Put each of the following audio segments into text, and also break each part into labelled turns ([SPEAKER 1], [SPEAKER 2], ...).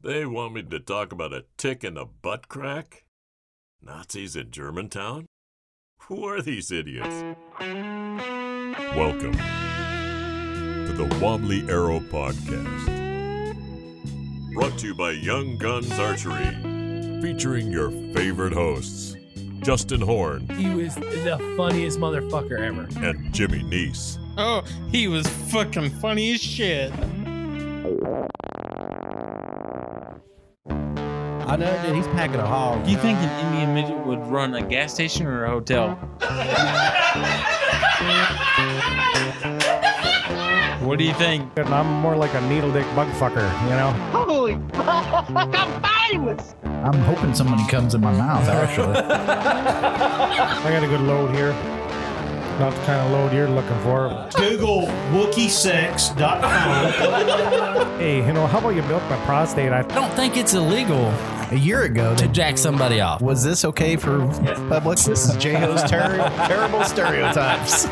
[SPEAKER 1] They want me to talk about a tick in the butt crack? Nazis in Germantown? Who are these idiots? Welcome to the Wobbly Arrow Podcast. Brought to you by Young Guns Archery, featuring your favorite hosts, Justin Horn
[SPEAKER 2] He was the funniest motherfucker ever.
[SPEAKER 1] and Jimmy Neese.
[SPEAKER 3] Oh, he was fucking funny as shit.
[SPEAKER 4] I know, dude. He's packing a hog.
[SPEAKER 3] You think an Indian midget would run a gas station or a hotel? what do you think?
[SPEAKER 5] And I'm more like a needle dick bug fucker, you know?
[SPEAKER 6] Holy fuck! I'm famous!
[SPEAKER 7] I'm hoping somebody comes in my mouth, actually.
[SPEAKER 5] I got a good load here. Not the kind of load you're looking for.
[SPEAKER 8] Google WookieSex.com.
[SPEAKER 5] Hey, you know, how about you milk my prostate? I
[SPEAKER 7] I don't think it's illegal a year ago to jack somebody off. Was this okay for public? This is J-Ho's ter- terrible stereotypes.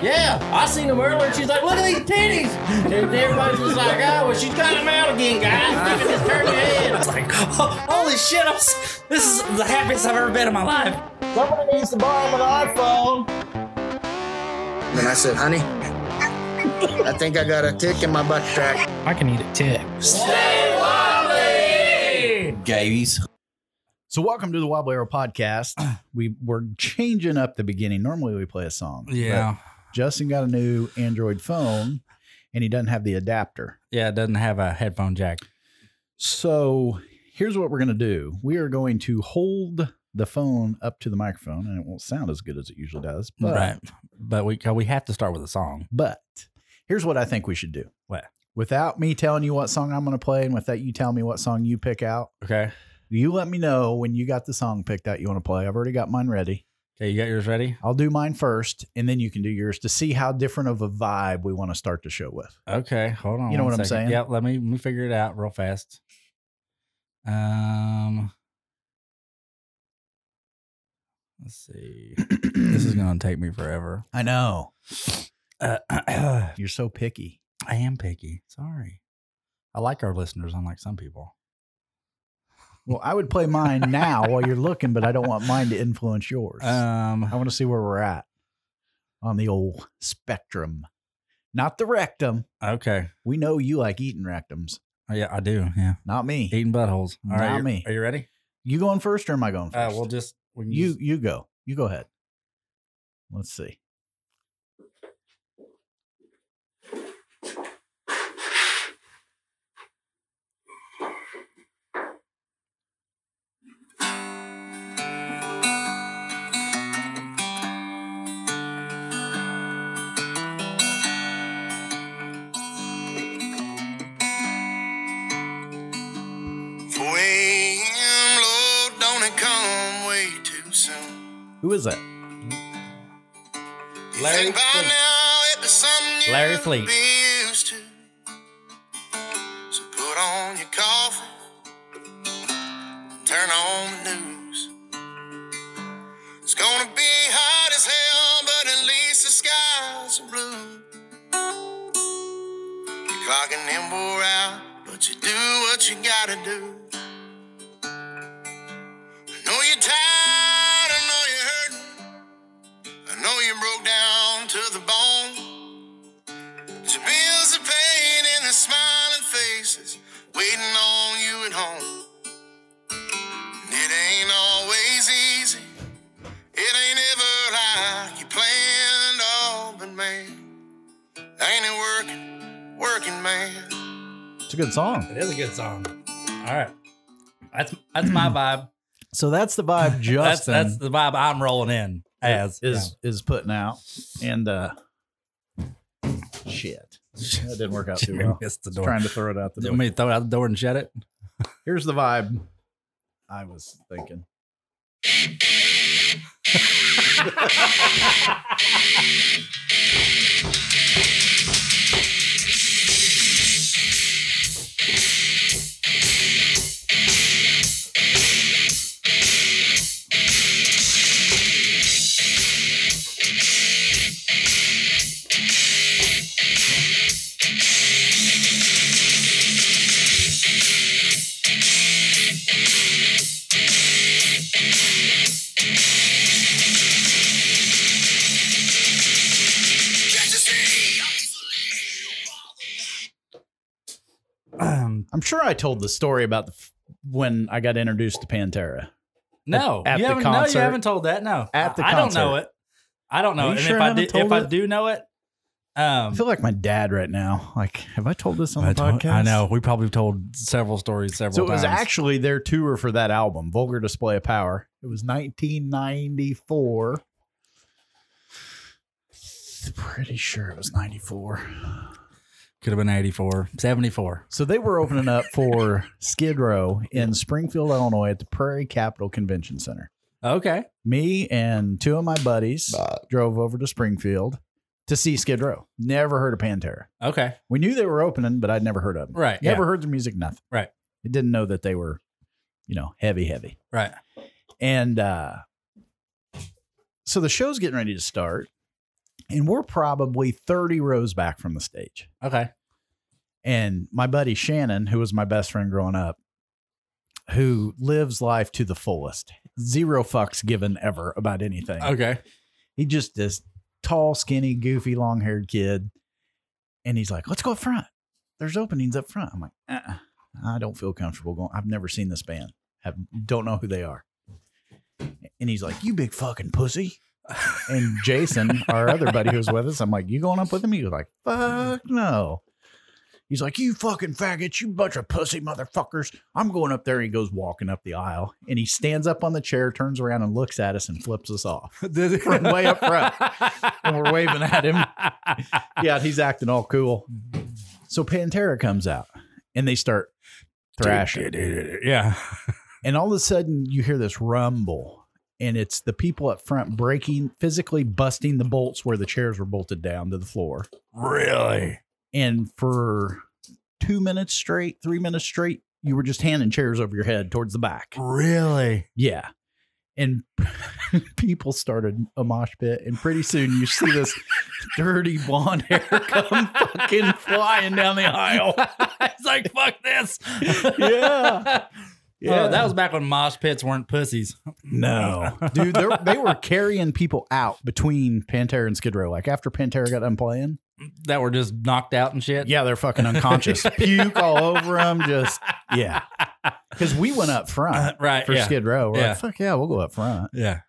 [SPEAKER 4] Yeah, I seen him earlier. She's like, look at these titties. And everybody's just like, oh, well, she's got them out again, guys. Look at this turn your head. It's like, oh, holy shit, I'm, s- this is the happiest I've ever been in my life. Somebody needs to borrow my iPhone.
[SPEAKER 9] And I said, honey, I think I got a tick in my butt crack.
[SPEAKER 3] I can eat a tick.
[SPEAKER 7] Gavies. So welcome to the Wobble Arrow podcast. We we're changing up the beginning. Normally we play a song.
[SPEAKER 4] Yeah.
[SPEAKER 7] But Justin got a new Android phone and he doesn't have the adapter.
[SPEAKER 4] Yeah, it doesn't have a headphone jack.
[SPEAKER 7] So here's what we're going to do. We are going to hold the phone up to the microphone and it won't sound as good as it usually does. But
[SPEAKER 4] right. But we we have to start with a song.
[SPEAKER 7] But here's what I think we should do.
[SPEAKER 4] What?
[SPEAKER 7] Without me telling you what song I'm going to play and without you telling me what song you pick out,
[SPEAKER 4] Okay.
[SPEAKER 7] you let me know when you got the song picked out you want to play. I've already got mine ready.
[SPEAKER 4] Okay, you got yours ready?
[SPEAKER 7] I'll do mine first and then you can do yours to see how different of a vibe we want to start the show with.
[SPEAKER 4] Okay, hold on.
[SPEAKER 7] You know
[SPEAKER 4] one
[SPEAKER 7] what I'm
[SPEAKER 4] second.
[SPEAKER 7] saying?
[SPEAKER 4] Yep. Let me let me figure it out real fast. Um, let's see. this is gonna take me forever.
[SPEAKER 7] I know.
[SPEAKER 4] Uh, I
[SPEAKER 7] You're so picky.
[SPEAKER 4] am picky. Sorry. I like our listeners, unlike some people.
[SPEAKER 7] Well, I would play mine now while you're looking, but I don't want mine to influence yours. I
[SPEAKER 4] Um,
[SPEAKER 7] want to see where we're at on the old spectrum. Not the rectum.
[SPEAKER 4] okay.
[SPEAKER 7] We know you like eating rectums.
[SPEAKER 4] Oh, yeah, I do. Yeah,
[SPEAKER 7] Not me.
[SPEAKER 4] eating buttholes. All right,
[SPEAKER 7] Not
[SPEAKER 4] you-
[SPEAKER 7] me.
[SPEAKER 4] Are you ready?
[SPEAKER 7] You going first or am I going
[SPEAKER 4] Uh,
[SPEAKER 7] first?
[SPEAKER 4] we'll just we can
[SPEAKER 7] you
[SPEAKER 4] just-
[SPEAKER 7] you go. You go ahead. Let's see.
[SPEAKER 9] am Lord, don't it come way too soon.
[SPEAKER 7] Who is that?
[SPEAKER 9] You
[SPEAKER 4] Larry
[SPEAKER 9] think by
[SPEAKER 4] Fleet.
[SPEAKER 9] now it is something you
[SPEAKER 4] Larry
[SPEAKER 9] could
[SPEAKER 4] Fleet.
[SPEAKER 9] be used to. So put on your coffee, turn on the news. It's gonna be hot as hell, but at least the skies are blue. You're clocking in, wore out, but you do what you gotta do. I know you're tired, I know you're hurting. I know you broke down to the bone. But your bills are paid and the smiling faces waiting on you at home. And it ain't always easy. It ain't ever like you planned. Oh, but man, ain't it working, working, man?
[SPEAKER 7] It's a good song.
[SPEAKER 4] It is a good song. All right. That's that's my vibe.
[SPEAKER 7] So that's the vibe
[SPEAKER 4] that's
[SPEAKER 7] Justin
[SPEAKER 4] that's the vibe I'm rolling in as
[SPEAKER 7] is is putting out. And uh shit. That didn't work out too
[SPEAKER 4] Yeah.
[SPEAKER 7] well.
[SPEAKER 4] Missed the door.
[SPEAKER 7] Trying to throw it out the
[SPEAKER 4] Do you
[SPEAKER 7] door.
[SPEAKER 4] want me to throw it out the door and shut it?
[SPEAKER 7] Here's the vibe I was thinking.
[SPEAKER 4] Um,
[SPEAKER 7] I'm sure I told the story about the, f- when I got introduced to Pantera.
[SPEAKER 4] no,
[SPEAKER 7] At- at
[SPEAKER 4] you
[SPEAKER 7] the
[SPEAKER 4] haven't, No,
[SPEAKER 7] concert.
[SPEAKER 4] you haven't told that. No,
[SPEAKER 7] At the
[SPEAKER 4] I, I don't know
[SPEAKER 7] concert.
[SPEAKER 4] it. I don't know.
[SPEAKER 7] Are you
[SPEAKER 4] it. And
[SPEAKER 7] sure
[SPEAKER 4] if
[SPEAKER 7] I
[SPEAKER 4] I do,
[SPEAKER 7] haven't
[SPEAKER 4] if
[SPEAKER 7] told
[SPEAKER 4] I
[SPEAKER 7] it?
[SPEAKER 4] do know it, um,
[SPEAKER 7] I feel like my dad right now. Like, have I told this on the
[SPEAKER 4] told-
[SPEAKER 7] podcast?
[SPEAKER 4] I know. We probably told several stories several
[SPEAKER 7] So it was
[SPEAKER 4] times.
[SPEAKER 7] actually their tour for that album, Vulgar Display of Power. It was 1994. Pretty sure it was 94.
[SPEAKER 4] could have been 84, 74.
[SPEAKER 7] So they were opening up for Skid Row in Springfield, Illinois at the Prairie Capital Convention Center.
[SPEAKER 4] Okay.
[SPEAKER 7] Me and two of my buddies drove over to Springfield to see Skid Row. Never heard of Pantera.
[SPEAKER 4] Okay.
[SPEAKER 7] We knew they were opening, but I'd never heard of them.
[SPEAKER 4] Right,
[SPEAKER 7] Never heard their music, nothing.
[SPEAKER 4] Right.
[SPEAKER 7] I didn't know that they were, you know, heavy, heavy.
[SPEAKER 4] Right.
[SPEAKER 7] And uh, so the show's getting ready to start, and we're probably 30 rows back from the stage.
[SPEAKER 4] Okay.
[SPEAKER 7] And my buddy Shannon, who was my best friend growing up, who lives life to the fullest, zero fucks given ever about anything.
[SPEAKER 4] Okay.
[SPEAKER 7] He just this tall, skinny, goofy, long haired kid. And he's like, let's go up front. There's openings up front. I'm like, uh-uh. I don't feel comfortable going. I've never seen this band. Have don't know who they are. And he's like, you big fucking pussy. And Jason, our other buddy who was with us, I'm like, you going up with him? He was like, fuck no. He's like, you fucking faggots, you bunch of pussy motherfuckers. I'm going up there. And he goes walking up the aisle and he stands up on the chair, turns around and looks at us and flips us off from way up front. And we're waving at him. Yeah, he's acting all cool. So Pantera comes out and they start thrashing.
[SPEAKER 4] yeah.
[SPEAKER 7] And all of a sudden you hear this rumble. And it's the people up front breaking, physically busting the bolts where the chairs were bolted down to the floor.
[SPEAKER 4] Really?
[SPEAKER 7] And for two minutes straight, three minutes straight, you were just handing chairs over your head towards the back.
[SPEAKER 4] Really?
[SPEAKER 7] Yeah. And people started a mosh pit, and pretty soon you see this dirty blonde hair come fucking flying down the aisle.
[SPEAKER 4] it's like, fuck this.
[SPEAKER 7] Yeah.
[SPEAKER 4] Yeah. that was back when mosh pits weren't pussies.
[SPEAKER 7] Uh, no, dude. they're- They were carrying people out between Pantera and Skid Row. Like after Pantera got done playing,
[SPEAKER 4] That were just knocked out and shit.
[SPEAKER 7] yeah, they're fucking unconscious, puke all over them. Just yeah, because we went up front
[SPEAKER 4] Right.
[SPEAKER 7] for
[SPEAKER 4] yeah.
[SPEAKER 7] Skid Row. We're
[SPEAKER 4] Yeah.
[SPEAKER 7] like, fuck Uh, yeah, we'll go up front.
[SPEAKER 4] Yeah.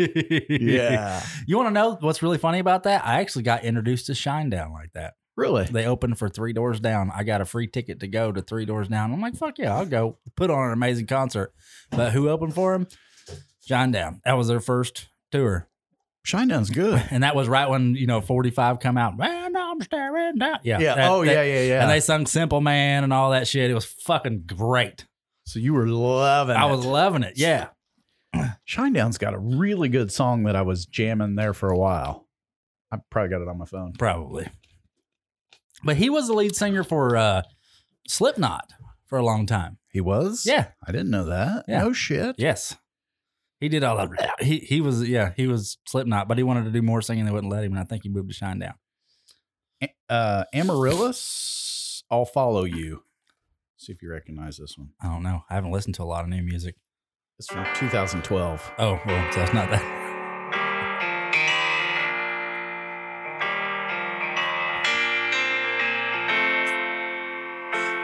[SPEAKER 4] You want to know what's really funny about that? I actually got introduced to Shinedown like that.
[SPEAKER 7] really.
[SPEAKER 4] They opened for Three Doors Down. I got a free ticket to go to Three Doors Down. I'm like, fuck yeah, I'll go. Put on an amazing concert. But who opened for him? John Down. That was their first tour.
[SPEAKER 7] Shinedown's good.
[SPEAKER 4] And that was right when, you know, 45 come out. Man, I'm staring down. Yeah.
[SPEAKER 7] Yeah.
[SPEAKER 4] that-
[SPEAKER 7] oh
[SPEAKER 4] that-
[SPEAKER 7] yeah, yeah, yeah.
[SPEAKER 4] And they sung Simple Man and all that shit. It was fucking great.
[SPEAKER 7] So you were loving.
[SPEAKER 4] I
[SPEAKER 7] it.
[SPEAKER 4] was loving it. Yeah.
[SPEAKER 7] Shinedown's got a really good song that I was jamming there for a while. I probably got it on my phone.
[SPEAKER 4] Probably. But he was the lead singer for uh, Slipknot for a long time.
[SPEAKER 7] He was.
[SPEAKER 4] Yeah.
[SPEAKER 7] I didn't know that.
[SPEAKER 4] Yeah.
[SPEAKER 7] No shit.
[SPEAKER 4] Yes. He did all that. He he was yeah he was Slipknot, but he wanted to do more singing. They wouldn't let him, and I think he moved to Shinedown.
[SPEAKER 7] Uh, Amaryllis, I'll follow you. See if you recognize this one.
[SPEAKER 4] I don't know. I haven't listened to a lot of new music.
[SPEAKER 7] It's from 2012.
[SPEAKER 4] Oh well, so it's not that.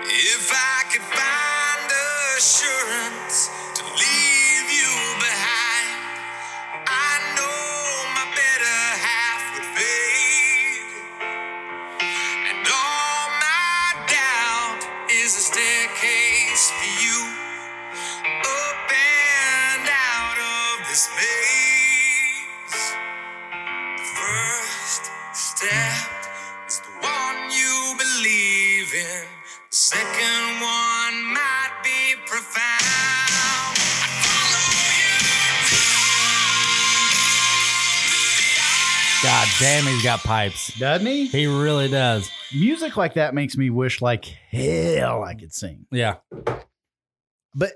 [SPEAKER 9] If I could find assurance to leave you behind, I know my better half would fade. And all my doubt is a staircase for you up and out of this maze. The first step is the one you believe in. The second one might be profound. I follow you
[SPEAKER 4] God damn, he's got pipes.
[SPEAKER 7] Doesn't he?
[SPEAKER 4] He really does.
[SPEAKER 7] Music like that makes me wish like hell I could sing.
[SPEAKER 4] Yeah.
[SPEAKER 7] But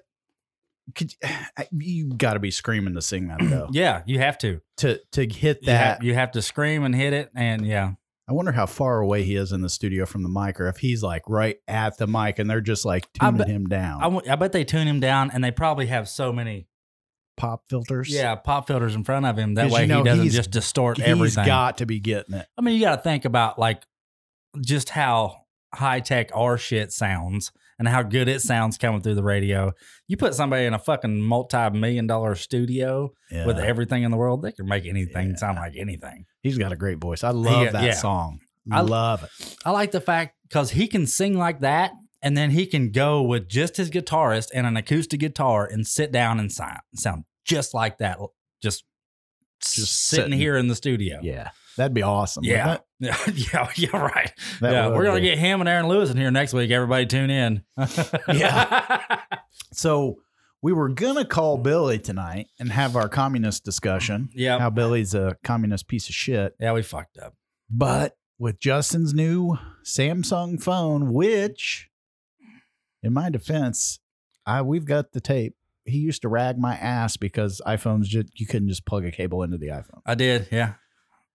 [SPEAKER 7] could you got to be screaming to sing that though?
[SPEAKER 4] Yeah. You have to.
[SPEAKER 7] To to hit
[SPEAKER 4] You,
[SPEAKER 7] that.
[SPEAKER 4] have, you have to scream and hit it, and yeah.
[SPEAKER 7] I wonder how far away he is in the studio from the mic, or if he's like right at the mic and they're just like
[SPEAKER 4] I
[SPEAKER 7] tuning
[SPEAKER 4] bet-
[SPEAKER 7] him down.
[SPEAKER 4] I, w- I bet they tune him down, and they probably have so many
[SPEAKER 7] Pop filters.
[SPEAKER 4] yeah pop filters in front of him. That
[SPEAKER 7] 'Cause
[SPEAKER 4] way
[SPEAKER 7] you know
[SPEAKER 4] he doesn't
[SPEAKER 7] he's-
[SPEAKER 4] just distort
[SPEAKER 7] He's
[SPEAKER 4] everything.
[SPEAKER 7] got to be getting it.
[SPEAKER 4] I mean, you got to think about like just how high tech our shit sounds and how good it sounds coming through the radio. You put somebody in a fucking multi million dollar studio
[SPEAKER 7] Yeah.
[SPEAKER 4] with everything in the world, they can make anything
[SPEAKER 7] Yeah.
[SPEAKER 4] sound like anything.
[SPEAKER 7] He's got a great voice. I love that
[SPEAKER 4] yeah.
[SPEAKER 7] song.
[SPEAKER 4] I-
[SPEAKER 7] I love it.
[SPEAKER 4] I like the fact because he can sing like that, and then he can go with just his guitarist and an acoustic guitar and sit down and sound, sound just like that, just,
[SPEAKER 7] Just
[SPEAKER 4] sitting,
[SPEAKER 7] sitting.
[SPEAKER 4] here in the studio.
[SPEAKER 7] Yeah. That'd be awesome.
[SPEAKER 4] Yeah.
[SPEAKER 7] wouldn't
[SPEAKER 4] Yeah, yeah, yeah, right.
[SPEAKER 7] it? That
[SPEAKER 4] yeah,
[SPEAKER 7] would
[SPEAKER 4] we're gonna
[SPEAKER 7] be.
[SPEAKER 4] get him and Aaron Lewis in here next week. Everybody tune in. yeah.
[SPEAKER 7] So we were gonna call Billy tonight and have our communist discussion.
[SPEAKER 4] Yep.
[SPEAKER 7] How Billy's a communist piece of shit.
[SPEAKER 4] Yeah, we fucked up.
[SPEAKER 7] But with Justin's new Samsung phone, which in my defense, I we've got the tape. He used to rag my ass because iPhones just you couldn't just plug a cable into the iPhone.
[SPEAKER 4] I did, yeah.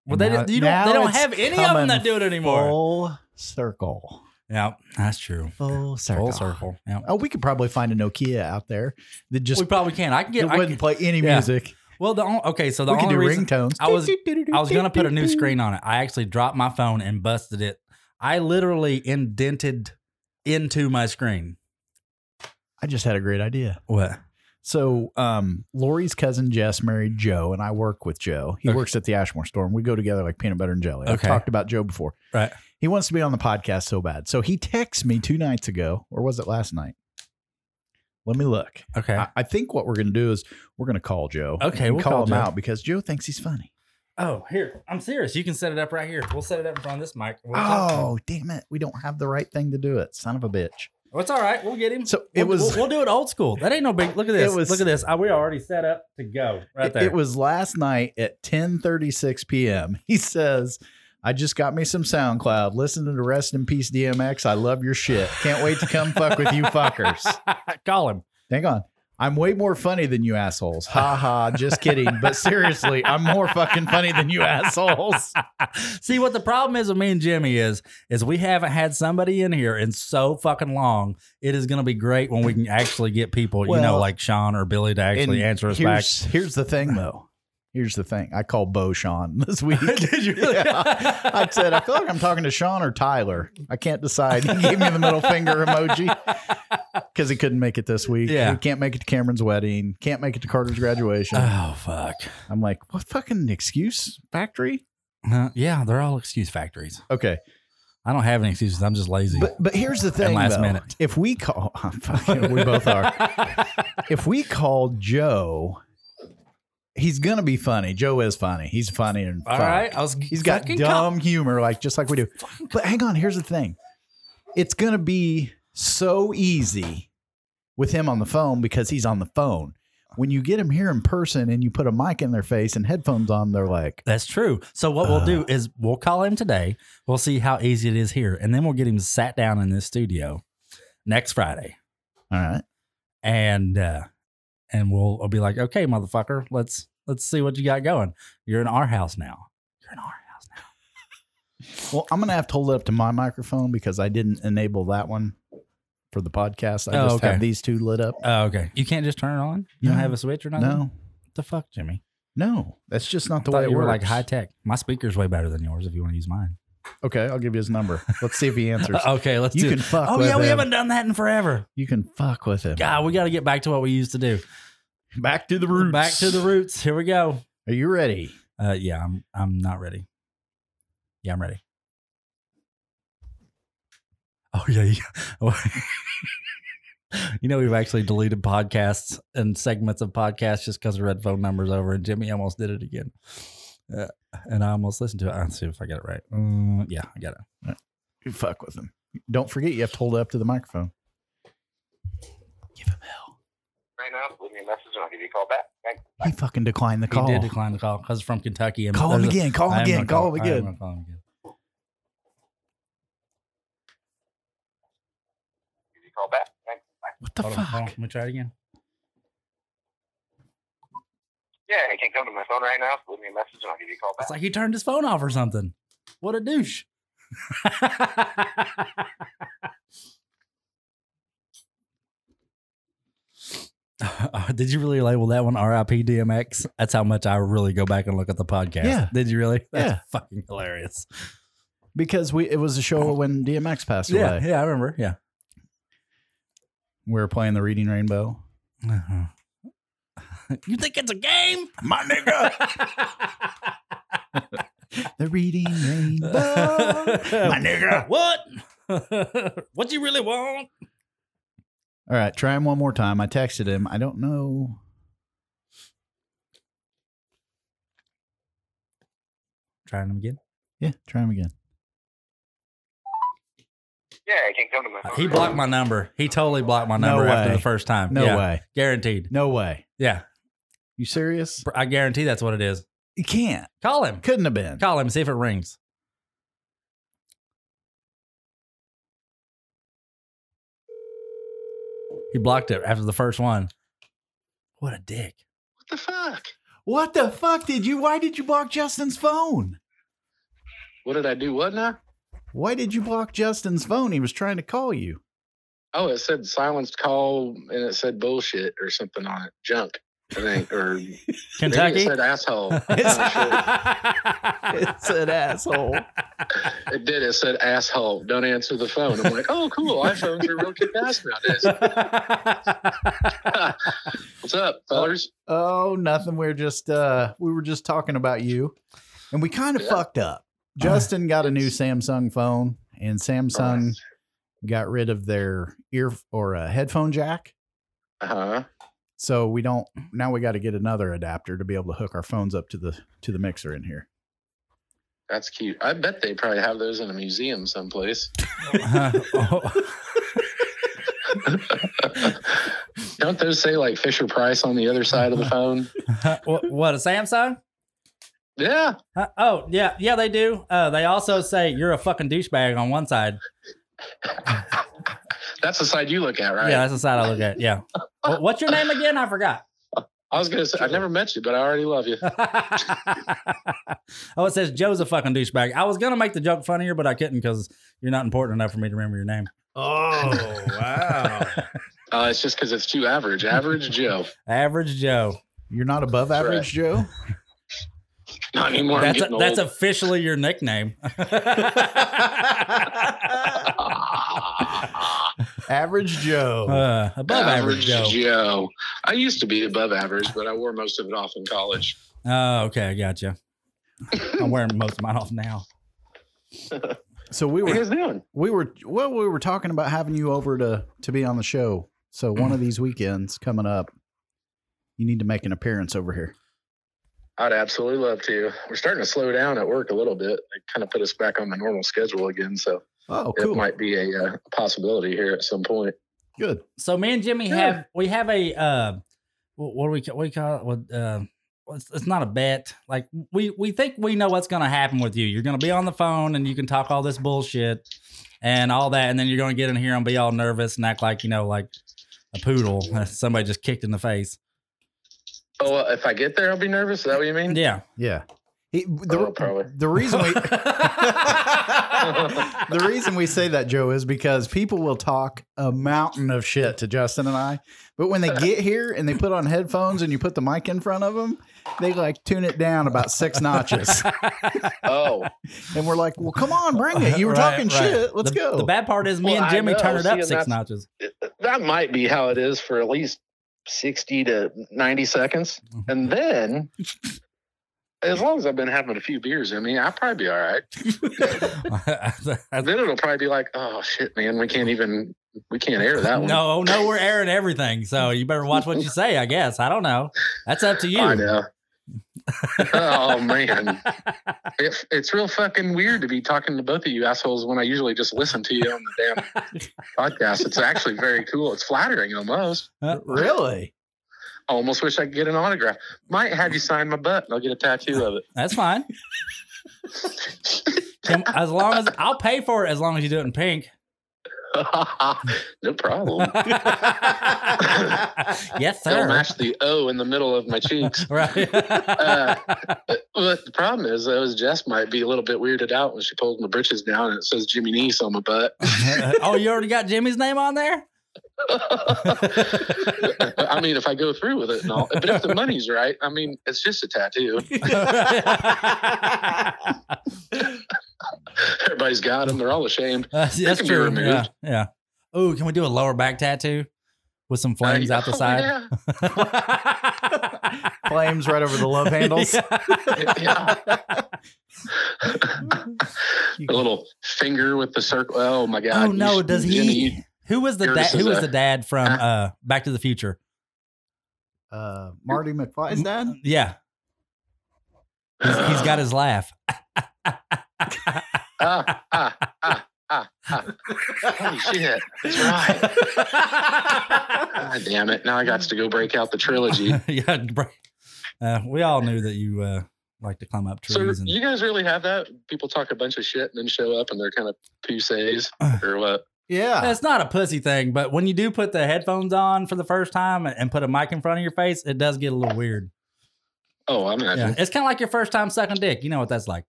[SPEAKER 4] Well,
[SPEAKER 7] And
[SPEAKER 4] they,
[SPEAKER 7] now-
[SPEAKER 4] didn't- you don't,
[SPEAKER 7] now
[SPEAKER 4] they don't
[SPEAKER 7] it's
[SPEAKER 4] have any of them
[SPEAKER 7] coming
[SPEAKER 4] that do it anymore.
[SPEAKER 7] Full circle.
[SPEAKER 4] yeah, that's true.
[SPEAKER 7] Full circle.
[SPEAKER 4] Full circle. Yeah.
[SPEAKER 7] Oh, we could probably find a Nokia out there that just
[SPEAKER 4] we probably can. I can get.
[SPEAKER 7] that
[SPEAKER 4] I
[SPEAKER 7] wouldn't
[SPEAKER 4] can,
[SPEAKER 7] play any
[SPEAKER 4] yeah.
[SPEAKER 7] music.
[SPEAKER 4] well, the on, okay. So the
[SPEAKER 7] we could
[SPEAKER 4] only
[SPEAKER 7] do
[SPEAKER 4] reason
[SPEAKER 7] ringtones.
[SPEAKER 4] I was- I was gonna put a new screen on it. I actually dropped my phone and busted it. I literally indented into my screen.
[SPEAKER 7] I just had a great idea.
[SPEAKER 4] What?
[SPEAKER 7] So, um, Lori's cousin Jess married Joe, and I work with Joe. He
[SPEAKER 4] Okay.
[SPEAKER 7] works at the Ashmore store, and we go together like peanut butter and jelly. I've
[SPEAKER 4] Okay.
[SPEAKER 7] talked about Joe before.
[SPEAKER 4] Right.
[SPEAKER 7] He wants to be on the podcast so bad. So he texts me two nights ago, or was it last night? Let me look.
[SPEAKER 4] Okay.
[SPEAKER 7] I, I think what we're going to do is we're going to call Joe.
[SPEAKER 4] Okay,
[SPEAKER 7] and
[SPEAKER 4] we'll
[SPEAKER 7] call,
[SPEAKER 4] call
[SPEAKER 7] him
[SPEAKER 4] Joe.
[SPEAKER 7] out because Joe thinks he's funny.
[SPEAKER 4] oh, here. I'm serious. You can set it up right here. We'll set it up in front of this mic. We'll talk.
[SPEAKER 7] Oh, damn it! We don't have the right thing to do it. Son of a bitch.
[SPEAKER 4] Well, Oh, it's all right. We'll get him.
[SPEAKER 7] So it
[SPEAKER 4] We'll-
[SPEAKER 7] was-
[SPEAKER 4] We'll, we'll do it old school. That ain't no big. Look at this.
[SPEAKER 7] It was-
[SPEAKER 4] look at this. Uh, We're already set up to go right
[SPEAKER 7] It-
[SPEAKER 4] there.
[SPEAKER 7] It was last night at 10:36 p.m. He says, "I just got me some SoundCloud. Listen to the Rest in Peace DMX. I love your shit. Can't wait to come fuck with you fuckers."
[SPEAKER 4] Call him.
[SPEAKER 7] Hang on. I'm way more funny than you assholes. Ha ha. Just kidding. But seriously, I'm more fucking funny than you assholes.
[SPEAKER 4] See what the problem is with me and Jimmy is is we haven't had somebody in here in so fucking long. It is going to be great when we can actually get people, you know,
[SPEAKER 7] Well,
[SPEAKER 4] like Sean or Billy to actually
[SPEAKER 7] And
[SPEAKER 4] answer us back.
[SPEAKER 7] here's, Here's the thing, though. Here's the thing. I called Bo Sean this week.
[SPEAKER 4] Did you really?
[SPEAKER 7] Yeah. I said, I feel like I'm talking to Sean or Tyler. I can't decide. He gave me the middle finger emoji because he couldn't make it this week.
[SPEAKER 4] Yeah.
[SPEAKER 7] He can't make it to Cameron's wedding. Can't make it to Carter's graduation.
[SPEAKER 4] Oh fuck!
[SPEAKER 7] I'm like, what fucking excuse factory?
[SPEAKER 4] Uh, yeah, they're all excuse factories.
[SPEAKER 7] Okay.
[SPEAKER 4] I don't have any excuses. I'm just lazy.
[SPEAKER 7] But but here's the thing.
[SPEAKER 4] last
[SPEAKER 7] though.
[SPEAKER 4] minute.
[SPEAKER 7] If we call fucking, we both are. if we call Joe, he's gonna be funny. Joe is funny. He's funny and
[SPEAKER 4] all
[SPEAKER 7] funny.
[SPEAKER 4] right, I was.
[SPEAKER 7] He's got
[SPEAKER 4] fucking
[SPEAKER 7] dumb humor, like just like we do. But hang on, here's the thing. It's gonna be so easy with him on the phone because he's on the phone. When you get him here in person and you put a mic in their face and headphones on, they're like,
[SPEAKER 4] That's true. So what we'll do is we'll call him today. We'll see how easy it is here, and then we'll get him sat down in this studio next Friday,
[SPEAKER 7] "All right,
[SPEAKER 4] and uh, and we'll, we'll be like, okay, motherfucker, let's let's see what you got going. You're in our house now. You're in our house now.
[SPEAKER 7] well, I'm gonna have to hold it up to my microphone because I didn't enable that one for the podcast. I
[SPEAKER 4] Oh,
[SPEAKER 7] just
[SPEAKER 4] okay.
[SPEAKER 7] have these two lit up.
[SPEAKER 4] Oh, okay. You can't just turn it on. You don't
[SPEAKER 7] No.
[SPEAKER 4] have a switch or nothing.
[SPEAKER 7] No,
[SPEAKER 4] What the fuck, Jimmy.
[SPEAKER 7] no, that's just not the
[SPEAKER 4] Thought
[SPEAKER 7] way it
[SPEAKER 4] you were
[SPEAKER 7] works.
[SPEAKER 4] like high tech. My speaker's way better than yours. If you want to use mine.
[SPEAKER 7] Okay, I'll give you his number. Let's see if he answers.
[SPEAKER 4] okay, let's
[SPEAKER 7] you
[SPEAKER 4] do.
[SPEAKER 7] can fuck.
[SPEAKER 4] Uh, oh
[SPEAKER 7] with
[SPEAKER 4] yeah, we
[SPEAKER 7] him.
[SPEAKER 4] haven't done that in forever.
[SPEAKER 7] You can fuck with him.
[SPEAKER 4] God, we got to get back to what we used to do.
[SPEAKER 7] Back to the roots.
[SPEAKER 4] Back to the roots. Here we go.
[SPEAKER 7] Are you ready?
[SPEAKER 4] Uh, yeah, I'm I'm not ready. Yeah, I'm ready. Oh yeah, yeah. you know we've actually deleted podcasts and segments of podcasts just because I read phone numbers over, and Jimmy almost did it again. Uh, and I almost listened to it. I'll see if I got it right. Mm, yeah, I got it.
[SPEAKER 7] You fuck with him. Don't forget, you have to hold it up to the microphone. Give him hell.
[SPEAKER 5] right now, leave me a message and I'll give you a call back. Thanks.
[SPEAKER 7] He fucking declined the
[SPEAKER 4] He
[SPEAKER 7] call.
[SPEAKER 4] did decline the call because from Kentucky. And
[SPEAKER 7] Call him
[SPEAKER 4] there's a-
[SPEAKER 7] again. Call
[SPEAKER 4] I
[SPEAKER 7] him
[SPEAKER 4] am
[SPEAKER 7] again.
[SPEAKER 4] gonna
[SPEAKER 7] Call him
[SPEAKER 4] I am
[SPEAKER 7] again.
[SPEAKER 4] gonna call him again.
[SPEAKER 5] Give you a call back. Thanks. Bye.
[SPEAKER 7] What the
[SPEAKER 4] Hold on, hold on.
[SPEAKER 7] fuck?
[SPEAKER 4] Let me try it again.
[SPEAKER 5] Yeah, I can't come to my phone right now. Leave me a message and I'll give you a call back.
[SPEAKER 4] It's like he turned his phone off or something. What a douche. Did you really label that one RIP DMX? That's how much I really go back and look at the podcast.
[SPEAKER 7] Yeah.
[SPEAKER 4] Did you really? That's
[SPEAKER 7] Yeah.
[SPEAKER 4] fucking hilarious.
[SPEAKER 7] because we it was a show when DMX passed away.
[SPEAKER 4] Yeah, yeah, I remember. Yeah.
[SPEAKER 7] We were playing the Reading Rainbow.
[SPEAKER 4] you think it's a game? My nigga.
[SPEAKER 7] The Reading Rainbow.
[SPEAKER 4] My nigga.
[SPEAKER 2] What? what you really want?
[SPEAKER 7] All right, try him one more time. I texted him. I don't know.
[SPEAKER 4] Trying them again.
[SPEAKER 7] Yeah, try him again.
[SPEAKER 8] Yeah, it can't come to my phone.
[SPEAKER 4] He blocked my number. He totally blocked my
[SPEAKER 7] No
[SPEAKER 4] number after
[SPEAKER 7] way.
[SPEAKER 4] the first time.
[SPEAKER 7] No
[SPEAKER 4] Yeah.
[SPEAKER 7] way.
[SPEAKER 4] Guaranteed.
[SPEAKER 7] No way.
[SPEAKER 4] Yeah.
[SPEAKER 7] You serious?
[SPEAKER 4] I guarantee that's what it is.
[SPEAKER 7] You can't.
[SPEAKER 4] Call him.
[SPEAKER 7] Couldn't have been.
[SPEAKER 4] Call him. See if it rings. He blocked it after the first one. What a dick.
[SPEAKER 5] What
[SPEAKER 7] What the
[SPEAKER 5] the fuck?
[SPEAKER 7] fuck did you? Why did you block Justin's phone?
[SPEAKER 5] What did I do? What now?
[SPEAKER 7] Why did you block Justin's phone? He was trying to call you.
[SPEAKER 5] Oh, it said silenced call and it said bullshit or something on it. Junk, I think. Or maybe
[SPEAKER 4] Kentucky?
[SPEAKER 5] it said asshole.
[SPEAKER 7] It's an asshole.
[SPEAKER 5] It did. It said asshole. Don't answer the phone. I'm like, oh, cool. iPhones are real kick ass nowadays. What's up, fellas?
[SPEAKER 7] Oh, nothing. We're just uh we were just talking about you. And we kind of
[SPEAKER 5] Yeah.
[SPEAKER 7] fucked up. Justin got a new Samsung phone and Samsung got rid of their ear or a headphone jack.
[SPEAKER 5] Uh huh.
[SPEAKER 7] So we don't now we got to get another adapter to be able to hook our phones up to the to the mixer in here.
[SPEAKER 5] That's cute. I bet they probably have those in a museum someplace. Don't those say like Fisher Price on the other side of the phone?
[SPEAKER 4] what, what, a Samsung?
[SPEAKER 5] Yeah.
[SPEAKER 4] Uh, oh, yeah. Yeah, they do. Uh, they also say you're a fucking douchebag on one side.
[SPEAKER 5] That's the side you look at, right?
[SPEAKER 4] Yeah, that's the side I look at. Yeah. Wh- What's your name again? I forgot.
[SPEAKER 5] I was gonna say I never met you, but I already love you.
[SPEAKER 4] oh, it says Joe's a fucking douchebag. I was gonna make the joke funnier, but I couldn't because you're not important enough for me to remember your name.
[SPEAKER 10] Oh wow!
[SPEAKER 5] Uh, it's just because it's too average. Average Joe.
[SPEAKER 4] Average Joe.
[SPEAKER 7] You're not above
[SPEAKER 5] That's
[SPEAKER 7] average, Joe?
[SPEAKER 5] Not anymore. I'm
[SPEAKER 4] That's a,
[SPEAKER 5] getting
[SPEAKER 4] that's
[SPEAKER 5] old.
[SPEAKER 4] officially your nickname.
[SPEAKER 7] Average Joe.
[SPEAKER 4] Uh, above average, Joe.
[SPEAKER 5] Joe. I used to be above average, but I wore most of it off in college.
[SPEAKER 4] Oh, okay, I gotcha. I'm wearing most of mine off now.
[SPEAKER 7] so we were
[SPEAKER 5] What are you guys doing?
[SPEAKER 7] we were well we were talking about having you over to to be on the show so one of
[SPEAKER 4] Mm.
[SPEAKER 7] these weekends coming up you need to make an appearance over here
[SPEAKER 5] I'd absolutely love to. We're starting to slow down at work a little bit. It kind of put us back on the normal schedule again, so
[SPEAKER 7] oh
[SPEAKER 5] it
[SPEAKER 7] cool
[SPEAKER 5] might be a uh, possibility here at some point.
[SPEAKER 7] good
[SPEAKER 4] So me and Jimmy have we have a uh, wh- what do we ca- what do we call it? What, uh, well, it's, it's not a bet. Like we we think we know what's gonna happen with you. You're gonna be on the phone and you can talk all this bullshit and all that, and then you're gonna get in here and be all nervous and act like you know like a poodle that somebody just kicked in the face.
[SPEAKER 5] Oh, uh, if I get there, I'll be nervous. Is that what you mean?
[SPEAKER 4] Yeah.
[SPEAKER 7] yeah he, the,
[SPEAKER 5] Oh, probably.
[SPEAKER 7] the reason we the reason we say that joe is because people will talk a mountain of shit to justin and i but when they get here and they put on headphones and you put the mic in front of them they like tune it down about six notches
[SPEAKER 5] Oh,
[SPEAKER 7] and we're like well come on bring it you were
[SPEAKER 4] Right,
[SPEAKER 7] talking
[SPEAKER 4] right.
[SPEAKER 7] shit let's
[SPEAKER 4] The-
[SPEAKER 7] go
[SPEAKER 4] The bad part is me
[SPEAKER 5] Well,
[SPEAKER 4] and
[SPEAKER 5] I
[SPEAKER 4] Jimmy
[SPEAKER 5] know.
[SPEAKER 4] turn it
[SPEAKER 5] See,
[SPEAKER 4] up
[SPEAKER 5] and
[SPEAKER 4] six
[SPEAKER 5] that's-
[SPEAKER 4] notches.
[SPEAKER 5] that might be how it is for at least 60 to 90 seconds.
[SPEAKER 7] Mm-hmm.
[SPEAKER 5] And then, as long as I've been having a few beers in me, I'll probably be all right. Then it'll probably be like, oh, shit, man, we can't even, we can't air that one.
[SPEAKER 4] no, no, we're airing everything, so you better watch what you say. I guess I don't know. That's up to you.
[SPEAKER 5] I know. oh man, it, it's real fucking weird to be talking to both of you assholes when I usually just listen to you on the damn podcast. It's actually very cool. It's flattering almost.
[SPEAKER 7] really
[SPEAKER 5] I almost wish I could get an autograph. Might have you sign my butt, and I'll get a tattoo of it.
[SPEAKER 4] That's fine. Can- as long as I'll pay for it, as long as you do it in pink.
[SPEAKER 5] no problem.
[SPEAKER 4] yes,
[SPEAKER 5] They'll
[SPEAKER 4] sir.
[SPEAKER 5] match the O in the middle of my cheeks.
[SPEAKER 4] Right.
[SPEAKER 5] Uh, But the problem is, though, is Jess might be a little bit weirded out when she pulls my britches down and it says Jimmy Neese on my butt.
[SPEAKER 4] oh, you already got Jimmy's name on there.
[SPEAKER 5] I mean, if I go through with it and all, but if the money's right, I mean, it's just a tattoo. Everybody's got them. They're all ashamed.
[SPEAKER 4] Uh,
[SPEAKER 5] They
[SPEAKER 4] that's
[SPEAKER 5] can be
[SPEAKER 4] true.
[SPEAKER 5] removed.
[SPEAKER 4] Yeah. yeah. Oh, can we do a lower back tattoo with some flames out the
[SPEAKER 5] oh,
[SPEAKER 4] side?
[SPEAKER 5] yeah.
[SPEAKER 7] Flames right over the love handles.
[SPEAKER 5] Yeah. a little finger with the circle. Oh my God.
[SPEAKER 4] oh
[SPEAKER 5] You
[SPEAKER 4] no,
[SPEAKER 5] should-
[SPEAKER 4] does he?
[SPEAKER 5] Jimmy, you-
[SPEAKER 4] who was the
[SPEAKER 5] yours
[SPEAKER 4] dad?
[SPEAKER 5] is
[SPEAKER 4] Who was
[SPEAKER 5] a-
[SPEAKER 4] the dad from uh, Back to the Future?
[SPEAKER 7] Uh, Marty McFly's dad.
[SPEAKER 4] Yeah, he's, he's got his laugh.
[SPEAKER 5] ah, ah, ah, ah, ah. Holy shit. That's right. God damn it. Now I got to go break out the trilogy.
[SPEAKER 4] yeah, bro. Uh, we all knew that you uh, like to climb up
[SPEAKER 5] So
[SPEAKER 4] trees. and,
[SPEAKER 5] you guys really have that? People talk a bunch of shit and then show up and they're kind of pussies or what?
[SPEAKER 7] Yeah.
[SPEAKER 4] That's not a pussy thing, but when you do put the headphones on for the first time and- and put a mic in front of your face, it does get a little weird.
[SPEAKER 5] Oh, I imagine.
[SPEAKER 4] Yeah, it's kind of like your first time sucking dick. You know what that's like.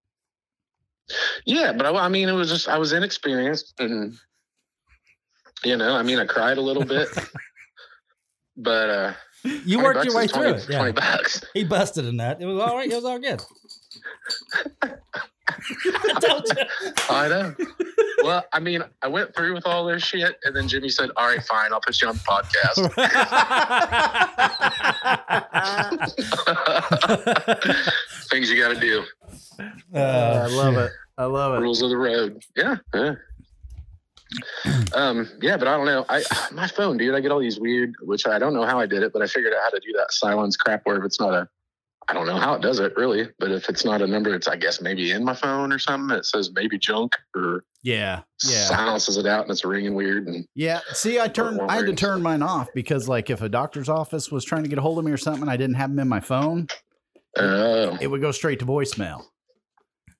[SPEAKER 5] Yeah, but I, I mean, it was just I was inexperienced, and you know, I mean, I cried a little bit, but uh,
[SPEAKER 4] You
[SPEAKER 5] 20
[SPEAKER 4] worked
[SPEAKER 5] bucks
[SPEAKER 4] your way
[SPEAKER 5] is
[SPEAKER 4] through
[SPEAKER 5] 20
[SPEAKER 4] it. Yeah.
[SPEAKER 5] Twenty bucks.
[SPEAKER 4] He busted a nut. It was all right. It was all good.
[SPEAKER 5] I know. well, I mean, I went through with all this shit, and then Jimmy said, "All right, fine, I'll put you on the podcast." Things you got to do,
[SPEAKER 7] I
[SPEAKER 4] Uh,
[SPEAKER 7] love it. Oh, I love it.
[SPEAKER 5] rules of the road. Yeah. yeah. Um. Yeah, but I don't know. I my phone, dude. I get all these weird, which I don't know how I did it, but I figured out how to do that silence crap. Where if it's not a, I don't know how it does it really, but if it's not a number, it's I guess maybe in my phone or something. It says maybe junk or
[SPEAKER 7] Yeah. Yeah.
[SPEAKER 5] silences it out and it's ringing weird. And
[SPEAKER 7] Yeah. See, I turned. I had to turn mine off because, like, if a doctor's office was trying to get a hold of me or something, I didn't have them in my phone.
[SPEAKER 5] oh,
[SPEAKER 7] It would go straight to voicemail,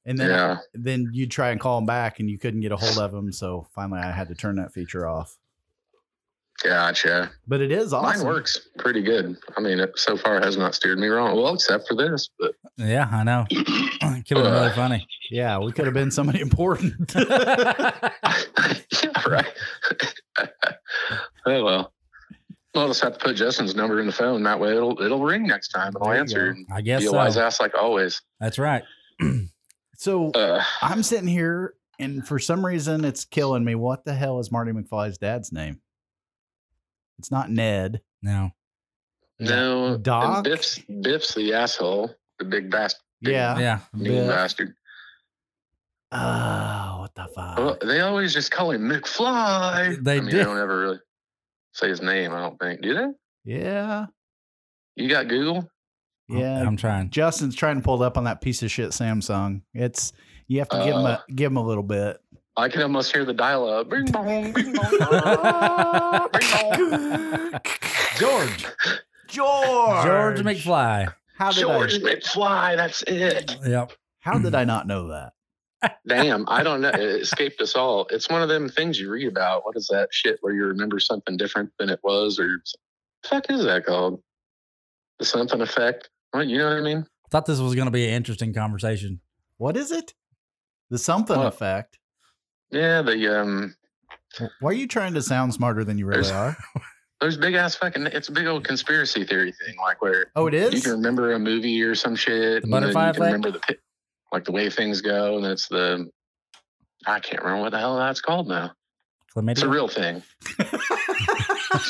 [SPEAKER 7] and then
[SPEAKER 5] yeah.
[SPEAKER 7] then you'd try and call them back, and you couldn't get a hold of them. So finally, I had to turn that feature off.
[SPEAKER 5] Gotcha.
[SPEAKER 7] But it is awesome.
[SPEAKER 5] Mine works pretty good. I mean, it so far has not steered me wrong. Well, except for this, but
[SPEAKER 4] yeah, I know. It Could have been really
[SPEAKER 5] Uh,
[SPEAKER 4] funny.
[SPEAKER 7] Yeah, we could have been somebody important.
[SPEAKER 5] yeah, right. oh well. I'll just have to put Justin's number in the phone. That way, it'll it'll ring next time, and I'll
[SPEAKER 7] There you
[SPEAKER 5] answer.
[SPEAKER 7] go.
[SPEAKER 5] And
[SPEAKER 4] I guess
[SPEAKER 5] be a
[SPEAKER 4] so.
[SPEAKER 5] wise ass like always.
[SPEAKER 4] That's right.
[SPEAKER 7] so
[SPEAKER 5] Uh,
[SPEAKER 7] I'm sitting here, and for some reason, it's killing me. What the hell is Marty McFly's dad's name? It's not Ned.
[SPEAKER 4] No.
[SPEAKER 5] no, and
[SPEAKER 7] Doc?
[SPEAKER 5] Biff's Biff's the asshole, the big bastard,
[SPEAKER 7] Yeah.
[SPEAKER 4] Yeah.
[SPEAKER 5] mean
[SPEAKER 7] Biff.
[SPEAKER 5] bastard.
[SPEAKER 7] Oh, what the fuck?
[SPEAKER 5] Well, they always just call him McFly.
[SPEAKER 4] They
[SPEAKER 5] I mean,
[SPEAKER 4] do.
[SPEAKER 5] They don't ever really say his name. I don't think. Do they?
[SPEAKER 7] yeah.
[SPEAKER 5] You got Google?
[SPEAKER 7] Yeah.
[SPEAKER 4] I'm trying.
[SPEAKER 7] Justin's trying to pull it up on that piece of shit Samsung. It's you have to give him
[SPEAKER 5] Uh.
[SPEAKER 7] a give him a little bit.
[SPEAKER 5] I can almost hear the dial up. Bing bong, bing bong, ah, bing bong.
[SPEAKER 7] George. George.
[SPEAKER 4] George McFly.
[SPEAKER 7] How did
[SPEAKER 5] George
[SPEAKER 7] I
[SPEAKER 5] McFly. That's it.
[SPEAKER 4] Yep.
[SPEAKER 7] how did I not know that?
[SPEAKER 5] Damn, I don't know. It escaped us all. It's one of them things you read about. What is that shit where you remember something different than it was, or the fuck is that called? The something effect. What you know what I mean?
[SPEAKER 4] Thought this was going to be an interesting conversation.
[SPEAKER 7] What is it? The something
[SPEAKER 5] What?
[SPEAKER 7] effect.
[SPEAKER 5] Yeah, the um,
[SPEAKER 7] Why are you trying to sound smarter than you really are?
[SPEAKER 5] those big ass fucking. It's a big old conspiracy theory thing, like where
[SPEAKER 7] Oh, it
[SPEAKER 5] you can
[SPEAKER 7] is?
[SPEAKER 5] remember a movie or some shit,
[SPEAKER 4] The
[SPEAKER 5] and then you
[SPEAKER 4] butterfly
[SPEAKER 5] can remember the pi- like the way things go, and it's the I can't remember what the hell that's called now. It's a
[SPEAKER 4] Chlamydia.
[SPEAKER 5] real thing. Google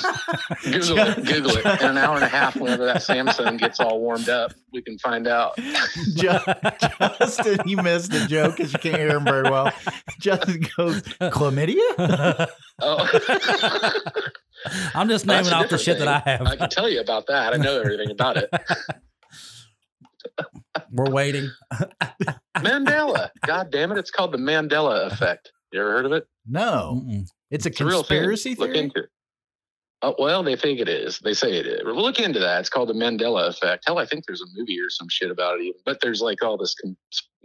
[SPEAKER 5] it. Google it. In an hour and a half, whenever that Samsung gets all warmed up, we can find out.
[SPEAKER 7] Ju- Justin, you missed the joke because you can't hear him very well. Justin goes, chlamydia?
[SPEAKER 5] Oh,
[SPEAKER 4] I'm just
[SPEAKER 5] That's
[SPEAKER 4] naming
[SPEAKER 5] a
[SPEAKER 4] off the
[SPEAKER 5] different
[SPEAKER 4] shit that I
[SPEAKER 5] thing.
[SPEAKER 4] have.
[SPEAKER 5] I can tell you about that. I know everything about it.
[SPEAKER 4] We're waiting.
[SPEAKER 5] Mandela. God damn it! It's called the Mandela effect. You ever heard of it?
[SPEAKER 7] No.
[SPEAKER 4] Mm-mm.
[SPEAKER 7] It's a
[SPEAKER 5] It's a real thing.
[SPEAKER 7] conspiracy
[SPEAKER 5] Look
[SPEAKER 7] theory.
[SPEAKER 5] into it. Oh, well, they think it is. They say it is. Look into that. It's called the Mandela effect. Hell, I think there's a movie or some shit about it. Even. But there's like all this, con-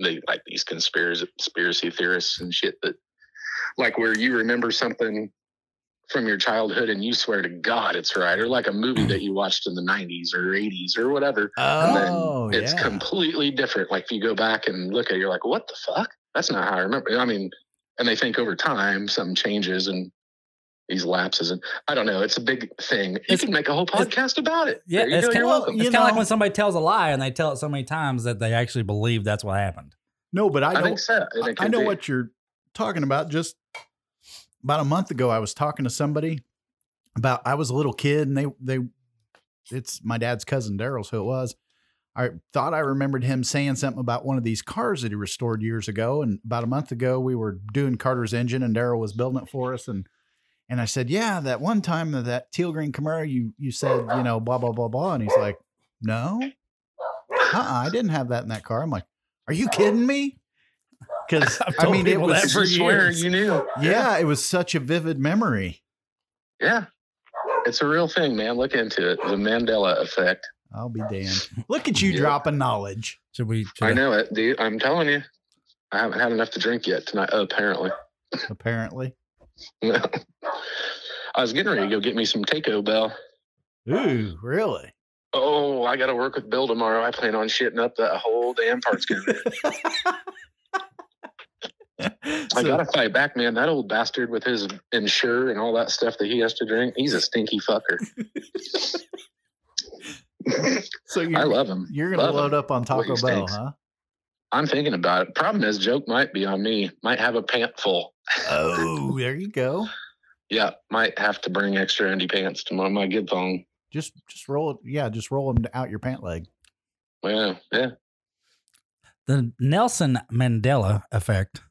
[SPEAKER 5] they, like these conspiracy conspiracy theorists and shit that, like, where you remember something from your childhood and you swear to God it's right, or like a movie that you watched in the '90s or '80s or whatever, and then
[SPEAKER 7] Oh,
[SPEAKER 5] it's
[SPEAKER 7] yeah.
[SPEAKER 5] completely different. Like if you go back and look at it, you're like, what the fuck? That's not how I remember. I mean, and they think over time something changes and these lapses and I don't know. It's a big thing. You can make a whole podcast about it.
[SPEAKER 4] Yeah,
[SPEAKER 5] There you
[SPEAKER 4] it's
[SPEAKER 5] go.
[SPEAKER 4] kind
[SPEAKER 5] You're welcome.
[SPEAKER 4] of like when somebody tells a lie and they tell it so many times that they actually believe that's what happened.
[SPEAKER 7] No, but I,
[SPEAKER 4] I
[SPEAKER 7] know,
[SPEAKER 4] think so.
[SPEAKER 5] I think
[SPEAKER 7] I, I
[SPEAKER 5] it
[SPEAKER 7] know
[SPEAKER 5] did.
[SPEAKER 7] what you're talking about. Just about a month ago, I was talking to somebody about I was a little kid, and they they it's my dad's cousin Daryl's who it was. I thought I remembered him saying something about one of these cars that he restored years ago, and about a month ago, we were doing Carter's engine, and Daryl was building it for us, and and I said, yeah, that one time that that teal green Camaro, you you said you know blah blah blah blah, and he's like, no, uh-uh, I didn't have that in that car. I'm like, are you kidding me? Because
[SPEAKER 4] I've
[SPEAKER 7] I
[SPEAKER 4] told
[SPEAKER 7] mean, it
[SPEAKER 4] people
[SPEAKER 7] was
[SPEAKER 4] that for
[SPEAKER 5] You swear you knew.
[SPEAKER 7] Yeah, it was such a vivid memory.
[SPEAKER 5] Yeah. It's a real thing, man. Look into it. The Mandela effect.
[SPEAKER 7] I'll be damned. Look at you dropping knowledge.
[SPEAKER 4] Should we?
[SPEAKER 5] I know it, dude. I'm telling you. I haven't had enough to drink yet tonight, apparently.
[SPEAKER 7] Apparently.
[SPEAKER 5] I was getting ready to go get me some Taco Bell.
[SPEAKER 7] Ooh, really?
[SPEAKER 5] Oh, I got to work with Bill tomorrow. I plan on shitting up that whole damn parts cabinet. I got to fight back, man. That old bastard with his insure and all that stuff that he has to drink, he's a stinky fucker.
[SPEAKER 7] So
[SPEAKER 5] I love him.
[SPEAKER 7] You're gonna
[SPEAKER 5] Love
[SPEAKER 7] load
[SPEAKER 5] him.
[SPEAKER 7] up on
[SPEAKER 5] Well, he
[SPEAKER 7] Taco Bell,
[SPEAKER 5] stinks.
[SPEAKER 7] huh?
[SPEAKER 5] I'm thinking about it. Problem is, joke might be on me. Might have a pant full.
[SPEAKER 7] Oh, there you go.
[SPEAKER 5] Yeah, might have to bring extra indie pants tomorrow. My good thong.
[SPEAKER 7] Just just roll it. Yeah, just roll them out your pant leg.
[SPEAKER 5] Yeah, yeah.
[SPEAKER 4] The Nelson Mandela effect.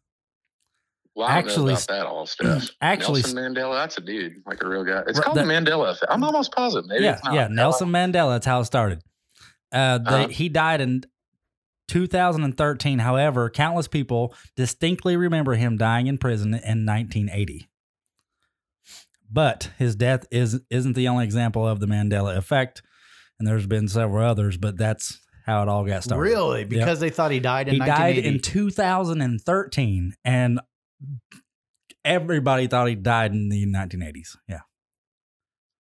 [SPEAKER 5] Well, I don't
[SPEAKER 4] Actually-
[SPEAKER 5] know about that all stuff.
[SPEAKER 4] actually-
[SPEAKER 5] Nelson Mandela, that's a dude, like a real guy. It's
[SPEAKER 4] Right,
[SPEAKER 5] called
[SPEAKER 4] that-
[SPEAKER 5] the Mandela effect. I'm almost positive. Maybe
[SPEAKER 4] yeah,
[SPEAKER 5] it's not.
[SPEAKER 4] yeah. Nelson Mandela. That's how it started. Uh, they,
[SPEAKER 5] Uh-huh.
[SPEAKER 4] He died in 2013. However, countless people distinctly remember him dying in prison in 1980. But his death is isn't the only example of the Mandela effect, and there's been several others. But that's how it all got started.
[SPEAKER 7] Really?
[SPEAKER 4] Yep.
[SPEAKER 7] Because they thought he died in
[SPEAKER 4] he died
[SPEAKER 7] 1980.
[SPEAKER 4] in 2013, and everybody thought he died in the 1980s. Yeah,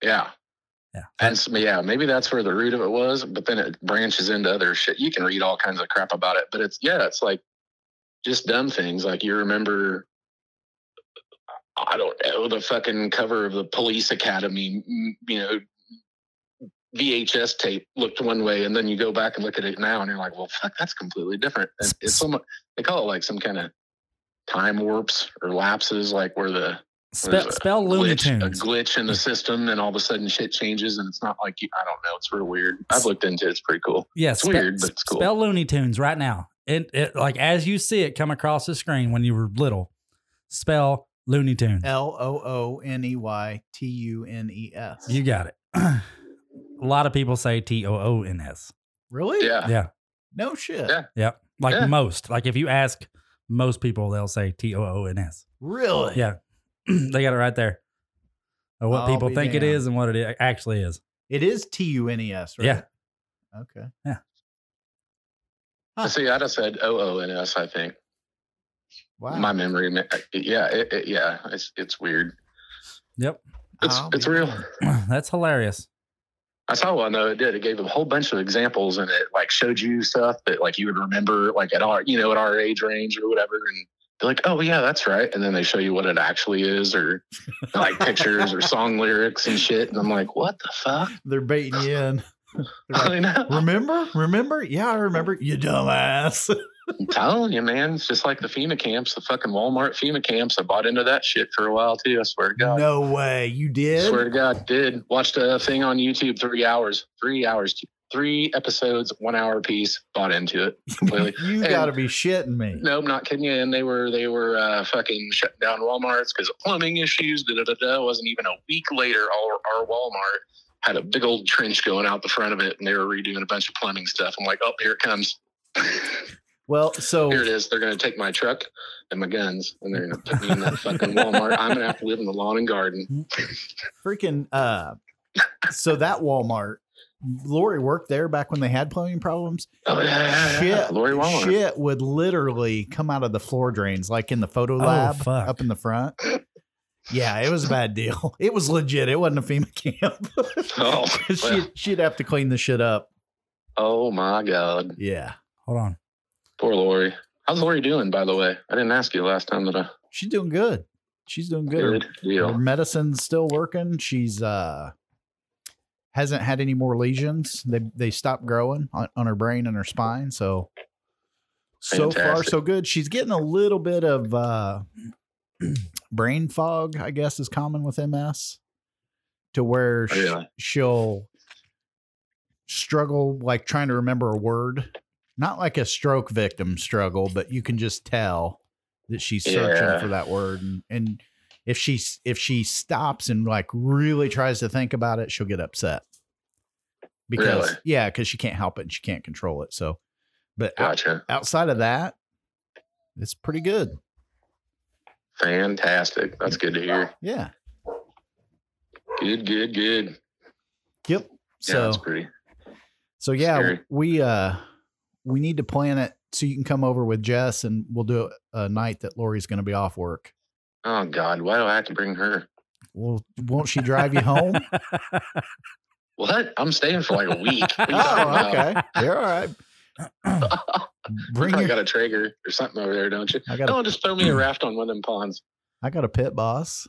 [SPEAKER 5] Yeah.
[SPEAKER 4] Yeah.
[SPEAKER 5] And s- yeah, maybe that's where the root of it was, but then it branches into other shit. You can read all kinds of crap about it, but it's yeah, it's like just dumb things. Like you remember, I don't know, the fucking cover of the Police Academy, m- you know, VHS tape looked one way, and then you go back and look at it now, and you're like, well, fuck, that's completely different. And it's some they call it like some kind of time warps or lapses, like where the
[SPEAKER 4] spell,
[SPEAKER 5] There's a
[SPEAKER 4] spell Looney
[SPEAKER 5] glitch, a
[SPEAKER 4] Tunes.
[SPEAKER 5] glitch in the system, and all of a sudden shit changes, and it's not like you. I don't know. It's real weird. I've looked into it. It's pretty cool.
[SPEAKER 4] Yeah,
[SPEAKER 5] it's
[SPEAKER 4] spe-
[SPEAKER 5] weird, but it's cool.
[SPEAKER 4] Spell Looney Tunes right now. It, it like as you see it come across the screen when you were little. Spell Looney Tunes.
[SPEAKER 7] L O O N E Y T U N E S.
[SPEAKER 4] You got it. a lot of people say T O O N S.
[SPEAKER 7] Really?
[SPEAKER 5] yeah,
[SPEAKER 4] Yeah,
[SPEAKER 7] No shit.
[SPEAKER 5] Yeah.
[SPEAKER 4] yep. Like
[SPEAKER 5] Ah. Yeah.
[SPEAKER 4] most. Like if you ask most people, they'll say T O O N S.
[SPEAKER 7] Really?
[SPEAKER 4] Yeah, they got it right there. Of what
[SPEAKER 7] I'll
[SPEAKER 4] people
[SPEAKER 7] be
[SPEAKER 4] think it is and what it i- actually is.
[SPEAKER 7] It is T U N E S, right?
[SPEAKER 4] Yeah.
[SPEAKER 7] Okay.
[SPEAKER 5] See, I'd have said O O N S. I think
[SPEAKER 7] Wow.
[SPEAKER 5] my memory. ma- Yeah, it, it- yeah. It's it's weird.
[SPEAKER 4] Yep.
[SPEAKER 5] It's
[SPEAKER 7] I'll
[SPEAKER 5] it's
[SPEAKER 7] be
[SPEAKER 5] real.
[SPEAKER 7] damned.
[SPEAKER 4] That's hilarious.
[SPEAKER 5] I saw one though. It did. It gave a whole bunch of examples, and it like showed you stuff that like you would remember, like at our you know at our age range or whatever, and. They're like, oh yeah, that's right, and then they show you what it actually is, or like pictures or song lyrics and shit, and I'm like, what the fuck?
[SPEAKER 7] They're baiting you in. They're
[SPEAKER 5] I know.
[SPEAKER 7] like, remember? Remember? Yeah, I remember. You dumbass.
[SPEAKER 5] I'm telling you, man, it's just like the FEMA camps, the fucking Walmart FEMA camps. I bought into that shit for a while too. I swear to God.
[SPEAKER 7] No way. You
[SPEAKER 5] I
[SPEAKER 7] did?
[SPEAKER 5] swear to God, did watched a thing on YouTube three hours, three hours, three episodes, one hour piece. Bought into it completely.
[SPEAKER 7] you
[SPEAKER 5] And-
[SPEAKER 7] got to be shitting me.
[SPEAKER 5] Nope, not kidding you. And they were they were uh, fucking shutting down WalMarts because of plumbing issues. Da da da da. Wasn't even a week later, our our Walmart had a big old trench going out the front of it, and they were redoing a bunch of plumbing stuff. I'm like, oh, here it comes.
[SPEAKER 7] Well, so
[SPEAKER 5] Here it is. They're going to take my truck and my guns, and they're going to put me in that fucking Walmart. I'm going to have to live in the lawn and garden.
[SPEAKER 7] freaking uh so that Walmart Lori worked there back when they had plumbing problems.
[SPEAKER 5] Oh yeah, yeah, yeah.
[SPEAKER 7] Shit,
[SPEAKER 5] Lori Walmart.
[SPEAKER 7] shit would literally come out of the floor drains, like in the photo lab
[SPEAKER 4] fuck.
[SPEAKER 7] up in the front. Yeah, it was a bad deal. It was legit. It wasn't a FEMA camp.
[SPEAKER 5] Oh,
[SPEAKER 7] 'Cause
[SPEAKER 5] well.
[SPEAKER 7] she'd, she'd have to clean the shit up.
[SPEAKER 5] Oh my god,
[SPEAKER 7] Yeah,
[SPEAKER 4] Hold on.
[SPEAKER 5] poor Lori. How's Lori doing, by the way? I didn't ask you last time that I.
[SPEAKER 7] she's doing good. She's doing good.
[SPEAKER 5] Good
[SPEAKER 7] Her-
[SPEAKER 5] deal.
[SPEAKER 7] Her medicine's still working. She's uh hasn't had any more lesions. They they stopped growing on, on her brain and her spine. So so far
[SPEAKER 5] Fantastic.
[SPEAKER 7] so good. She's getting a little bit of uh brain fog, I guess is common with MS to where sh-
[SPEAKER 5] Really?
[SPEAKER 7] she'll struggle like trying to remember a word. Not like a stroke victim struggle, but you can just tell that she's searching
[SPEAKER 5] Yeah.
[SPEAKER 7] for that word and and if she s- if she stops and like really tries to think about it, she'll get upset. Because
[SPEAKER 5] Really?
[SPEAKER 7] yeah, cuz she can't help it and she can't control it. So but out-
[SPEAKER 5] Gotcha.
[SPEAKER 7] outside of that, it's pretty good.
[SPEAKER 5] Fantastic. That's good to hear.
[SPEAKER 7] Yeah.
[SPEAKER 5] Good, good, good. Yeah,
[SPEAKER 7] Yep. So
[SPEAKER 5] that's pretty.
[SPEAKER 7] So yeah,
[SPEAKER 5] Scary.
[SPEAKER 7] we uh we need to plan it so you can come over with Jess and we'll do a night that Lori's going to be off work.
[SPEAKER 5] Oh God, why do I have to bring her?
[SPEAKER 7] Well, won't she drive you home?
[SPEAKER 5] What? I'm staying for like a week. What are you talking
[SPEAKER 7] oh,
[SPEAKER 5] about?
[SPEAKER 7] okay. You're all right.
[SPEAKER 5] You
[SPEAKER 7] Bring
[SPEAKER 5] probably
[SPEAKER 7] your,
[SPEAKER 5] got a Traeger or something over there, don't you?
[SPEAKER 7] I got a-
[SPEAKER 5] Don't just throw me a raft on one of them ponds.
[SPEAKER 7] I got a pit boss.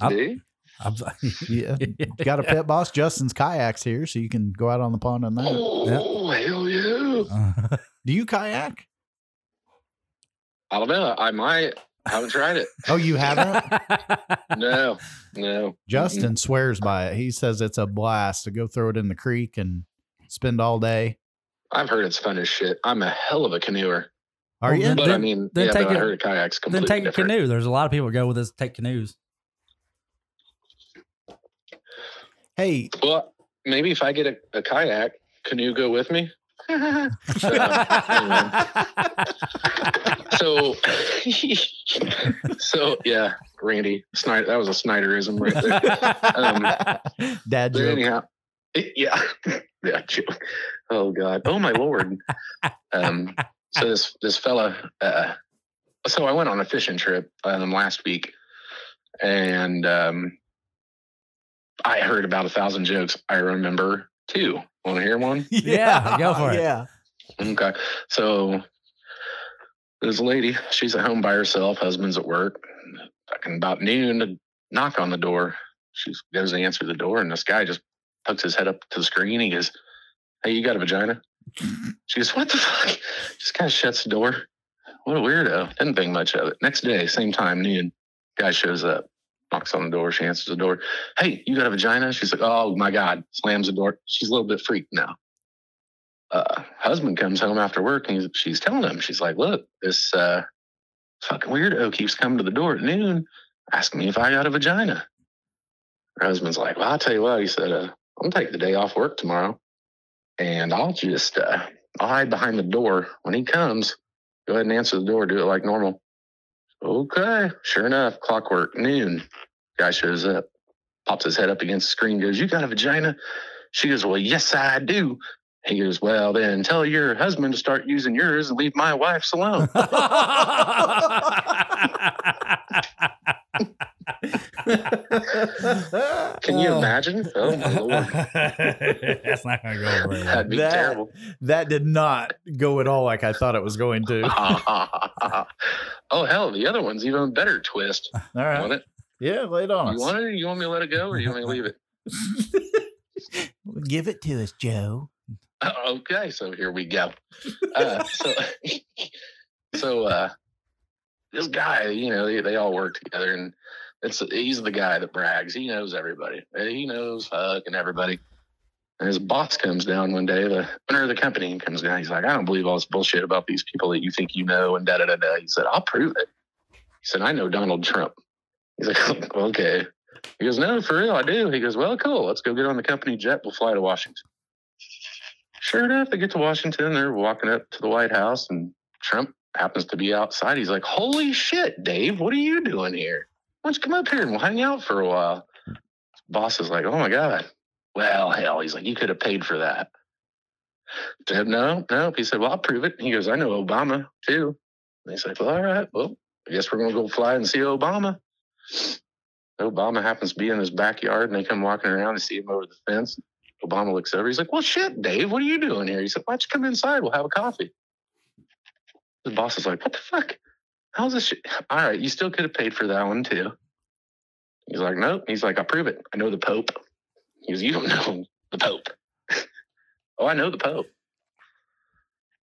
[SPEAKER 4] Up.
[SPEAKER 5] See?
[SPEAKER 4] I'm-
[SPEAKER 7] Yeah. got a pit boss. Justin's kayaks here, so you can go out on the pond on that.
[SPEAKER 5] Oh hell yeah!
[SPEAKER 4] Uh,
[SPEAKER 7] Do you kayak?
[SPEAKER 5] I don't know. I might. I haven't tried it.
[SPEAKER 7] Oh, you haven't?
[SPEAKER 5] No, no.
[SPEAKER 7] Justin swears by it. He says it's a blast to go throw it in the creek and spend all day.
[SPEAKER 5] I've heard it's fun as shit. I'm a hell of a canoeer,
[SPEAKER 7] Are
[SPEAKER 4] Well,
[SPEAKER 7] you?
[SPEAKER 4] then-
[SPEAKER 5] but I mean,
[SPEAKER 4] then
[SPEAKER 5] yeah,
[SPEAKER 4] take
[SPEAKER 5] but I
[SPEAKER 4] it-
[SPEAKER 5] heard kayaks
[SPEAKER 4] then
[SPEAKER 5] completely
[SPEAKER 4] take a
[SPEAKER 5] different.
[SPEAKER 4] canoe. There's a lot of people that go with us. Take canoes.
[SPEAKER 7] Hey,
[SPEAKER 5] Well, maybe if I get a, a kayak, canoe go with me. So, anyway. so so yeah randy snyder that was a snyderism right there Um,
[SPEAKER 7] dad
[SPEAKER 5] but
[SPEAKER 7] joke.
[SPEAKER 5] anyhow it- yeah yeah joke. oh god oh my lord um so this this fella uh so i went on a fishing trip um last week and um i heard about a thousand jokes i remember two want to hear one
[SPEAKER 4] Yeah, go for
[SPEAKER 7] Um,
[SPEAKER 4] it.
[SPEAKER 7] Yeah.
[SPEAKER 5] Okay. So there's a lady, she's at home by herself, husband's at work. Fucking about noon, a knock on the door. She goes to answer the door, and this guy just pokes his head up to the screen. He goes, Hey, you got a vagina? She goes, What the fuck? Just kind of shuts the door. What a weirdo. Didn't think much of it. Next day, same time, noon, guy shows up, knocks on the door. She answers the door. Hey, you got a vagina? She's like, Oh my God. Slams the door. She's a little bit freaked now uh, husband comes home after work and he's, she's telling him, she's like, look, this uh, fucking weirdo keeps coming to the door at noon asking me if I got a vagina. Her husband's like, well, I'll tell you what. He said, uh, I'm taking the day off work tomorrow and I'll just, uh, I'll hide behind the door. When he comes, go ahead and answer the door, do it like normal. Okay. Sure enough, clockwork, noon, guy shows up, pops his head up against the screen, goes, you got a vagina? She goes, well, yes, I do. He goes, Well, then tell your husband to start using yours and leave my wife's alone. Can you
[SPEAKER 4] Oh.
[SPEAKER 5] imagine? Oh, my Lord.
[SPEAKER 4] That's not going to go over very well.
[SPEAKER 5] That'd be
[SPEAKER 7] That-
[SPEAKER 5] terrible.
[SPEAKER 7] That did not go at all like I thought it was going to. All
[SPEAKER 5] oh, hell, the other one's even better twist. You
[SPEAKER 7] right.
[SPEAKER 5] want it?
[SPEAKER 7] Yeah, lay it on
[SPEAKER 5] You want
[SPEAKER 7] us.
[SPEAKER 5] it? You want me to let it go or you want me to leave it?
[SPEAKER 7] Give it to us, Joe.
[SPEAKER 5] Okay, so here we go. Uh, so, so uh, this guy, you know, they, they all work together, and it's he's the guy that brags. He knows everybody. He knows fucking everybody. And his boss comes down one day, the owner of the company comes down. He's like, I don't believe all this bullshit about these people that you think you know, and da da da da. He said, I'll prove it. He said, I know Donald Trump. He's like, okay. He goes, no, for real, I do. He goes, well, cool. Let's go get on the company jet. We'll fly to Washington sure enough, they get to Washington. They're walking up to the White House, and Trump happens to be outside. He's like, "Holy shit, Dave! What are you doing here? Why don't you come up here and we'll hang out for a while?" Boss is like, "Oh my god." Well, hell, he's like, "You could have paid for that." Said, no, no. He said, "Well, I'll prove it." He goes, "I know Obama too." And he's like, "Well, all right. Well, I guess we're gonna go fly and see Obama." Obama happens to be in his backyard, and they come walking around and see him over the fence. Obama looks over. He's like, "Well, shit, Dave, what are you doing here?" He said, "Why don't you come inside? We'll have a coffee." The boss is like, "What the fuck? How's this? shit- All right, you still could have paid for that one too. He's like, nope. He's like, I prove it. I know the Pope. He goes, you don't know the Pope. oh, I know the Pope.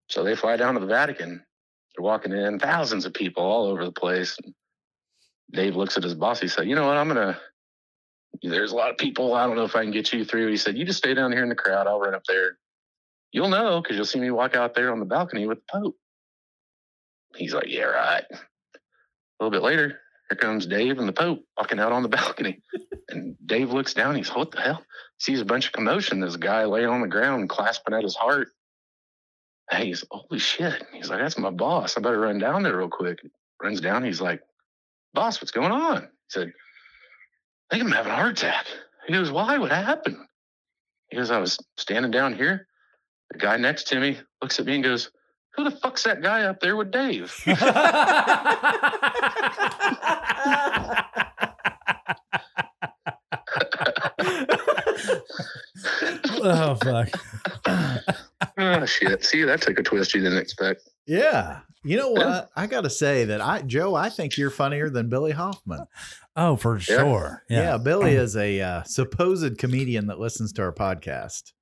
[SPEAKER 5] So they fly down to the Vatican. They're walking in, thousands of people all over the place. Dave looks at his boss. He said, you know what? I'm gonna. There's a lot of people. I don't know if I can get you through. He said, you just stay down here in the crowd. I'll run up there. You'll know because you'll see me walk out there on the balcony with the Pope. He's like, yeah, right. A little bit later, here comes Dave and the Pope walking out on the balcony. and Dave looks down. He's, what the hell? Sees a bunch of commotion. This guy laying on the ground, clasping at his heart. And he's, holy shit. He's like, that's my boss. I better run down there real quick. Runs down. He's like, boss, what's going on? He said, I think I'm having a heart attack. He goes, why? What happened? He goes, I was standing down here. The guy next to me looks at me and goes, who the fuck's that guy up there with Dave?
[SPEAKER 4] oh fuck.
[SPEAKER 5] oh shit! See, that took a twist you didn't expect.
[SPEAKER 7] Yeah. You know what? I got to say that I, Joe, I think you're funnier than Billy Hoffman.
[SPEAKER 4] Oh, for sure.
[SPEAKER 7] Yeah.
[SPEAKER 4] Yeah. Um,
[SPEAKER 7] Billy is a uh, supposed comedian that listens to our podcast.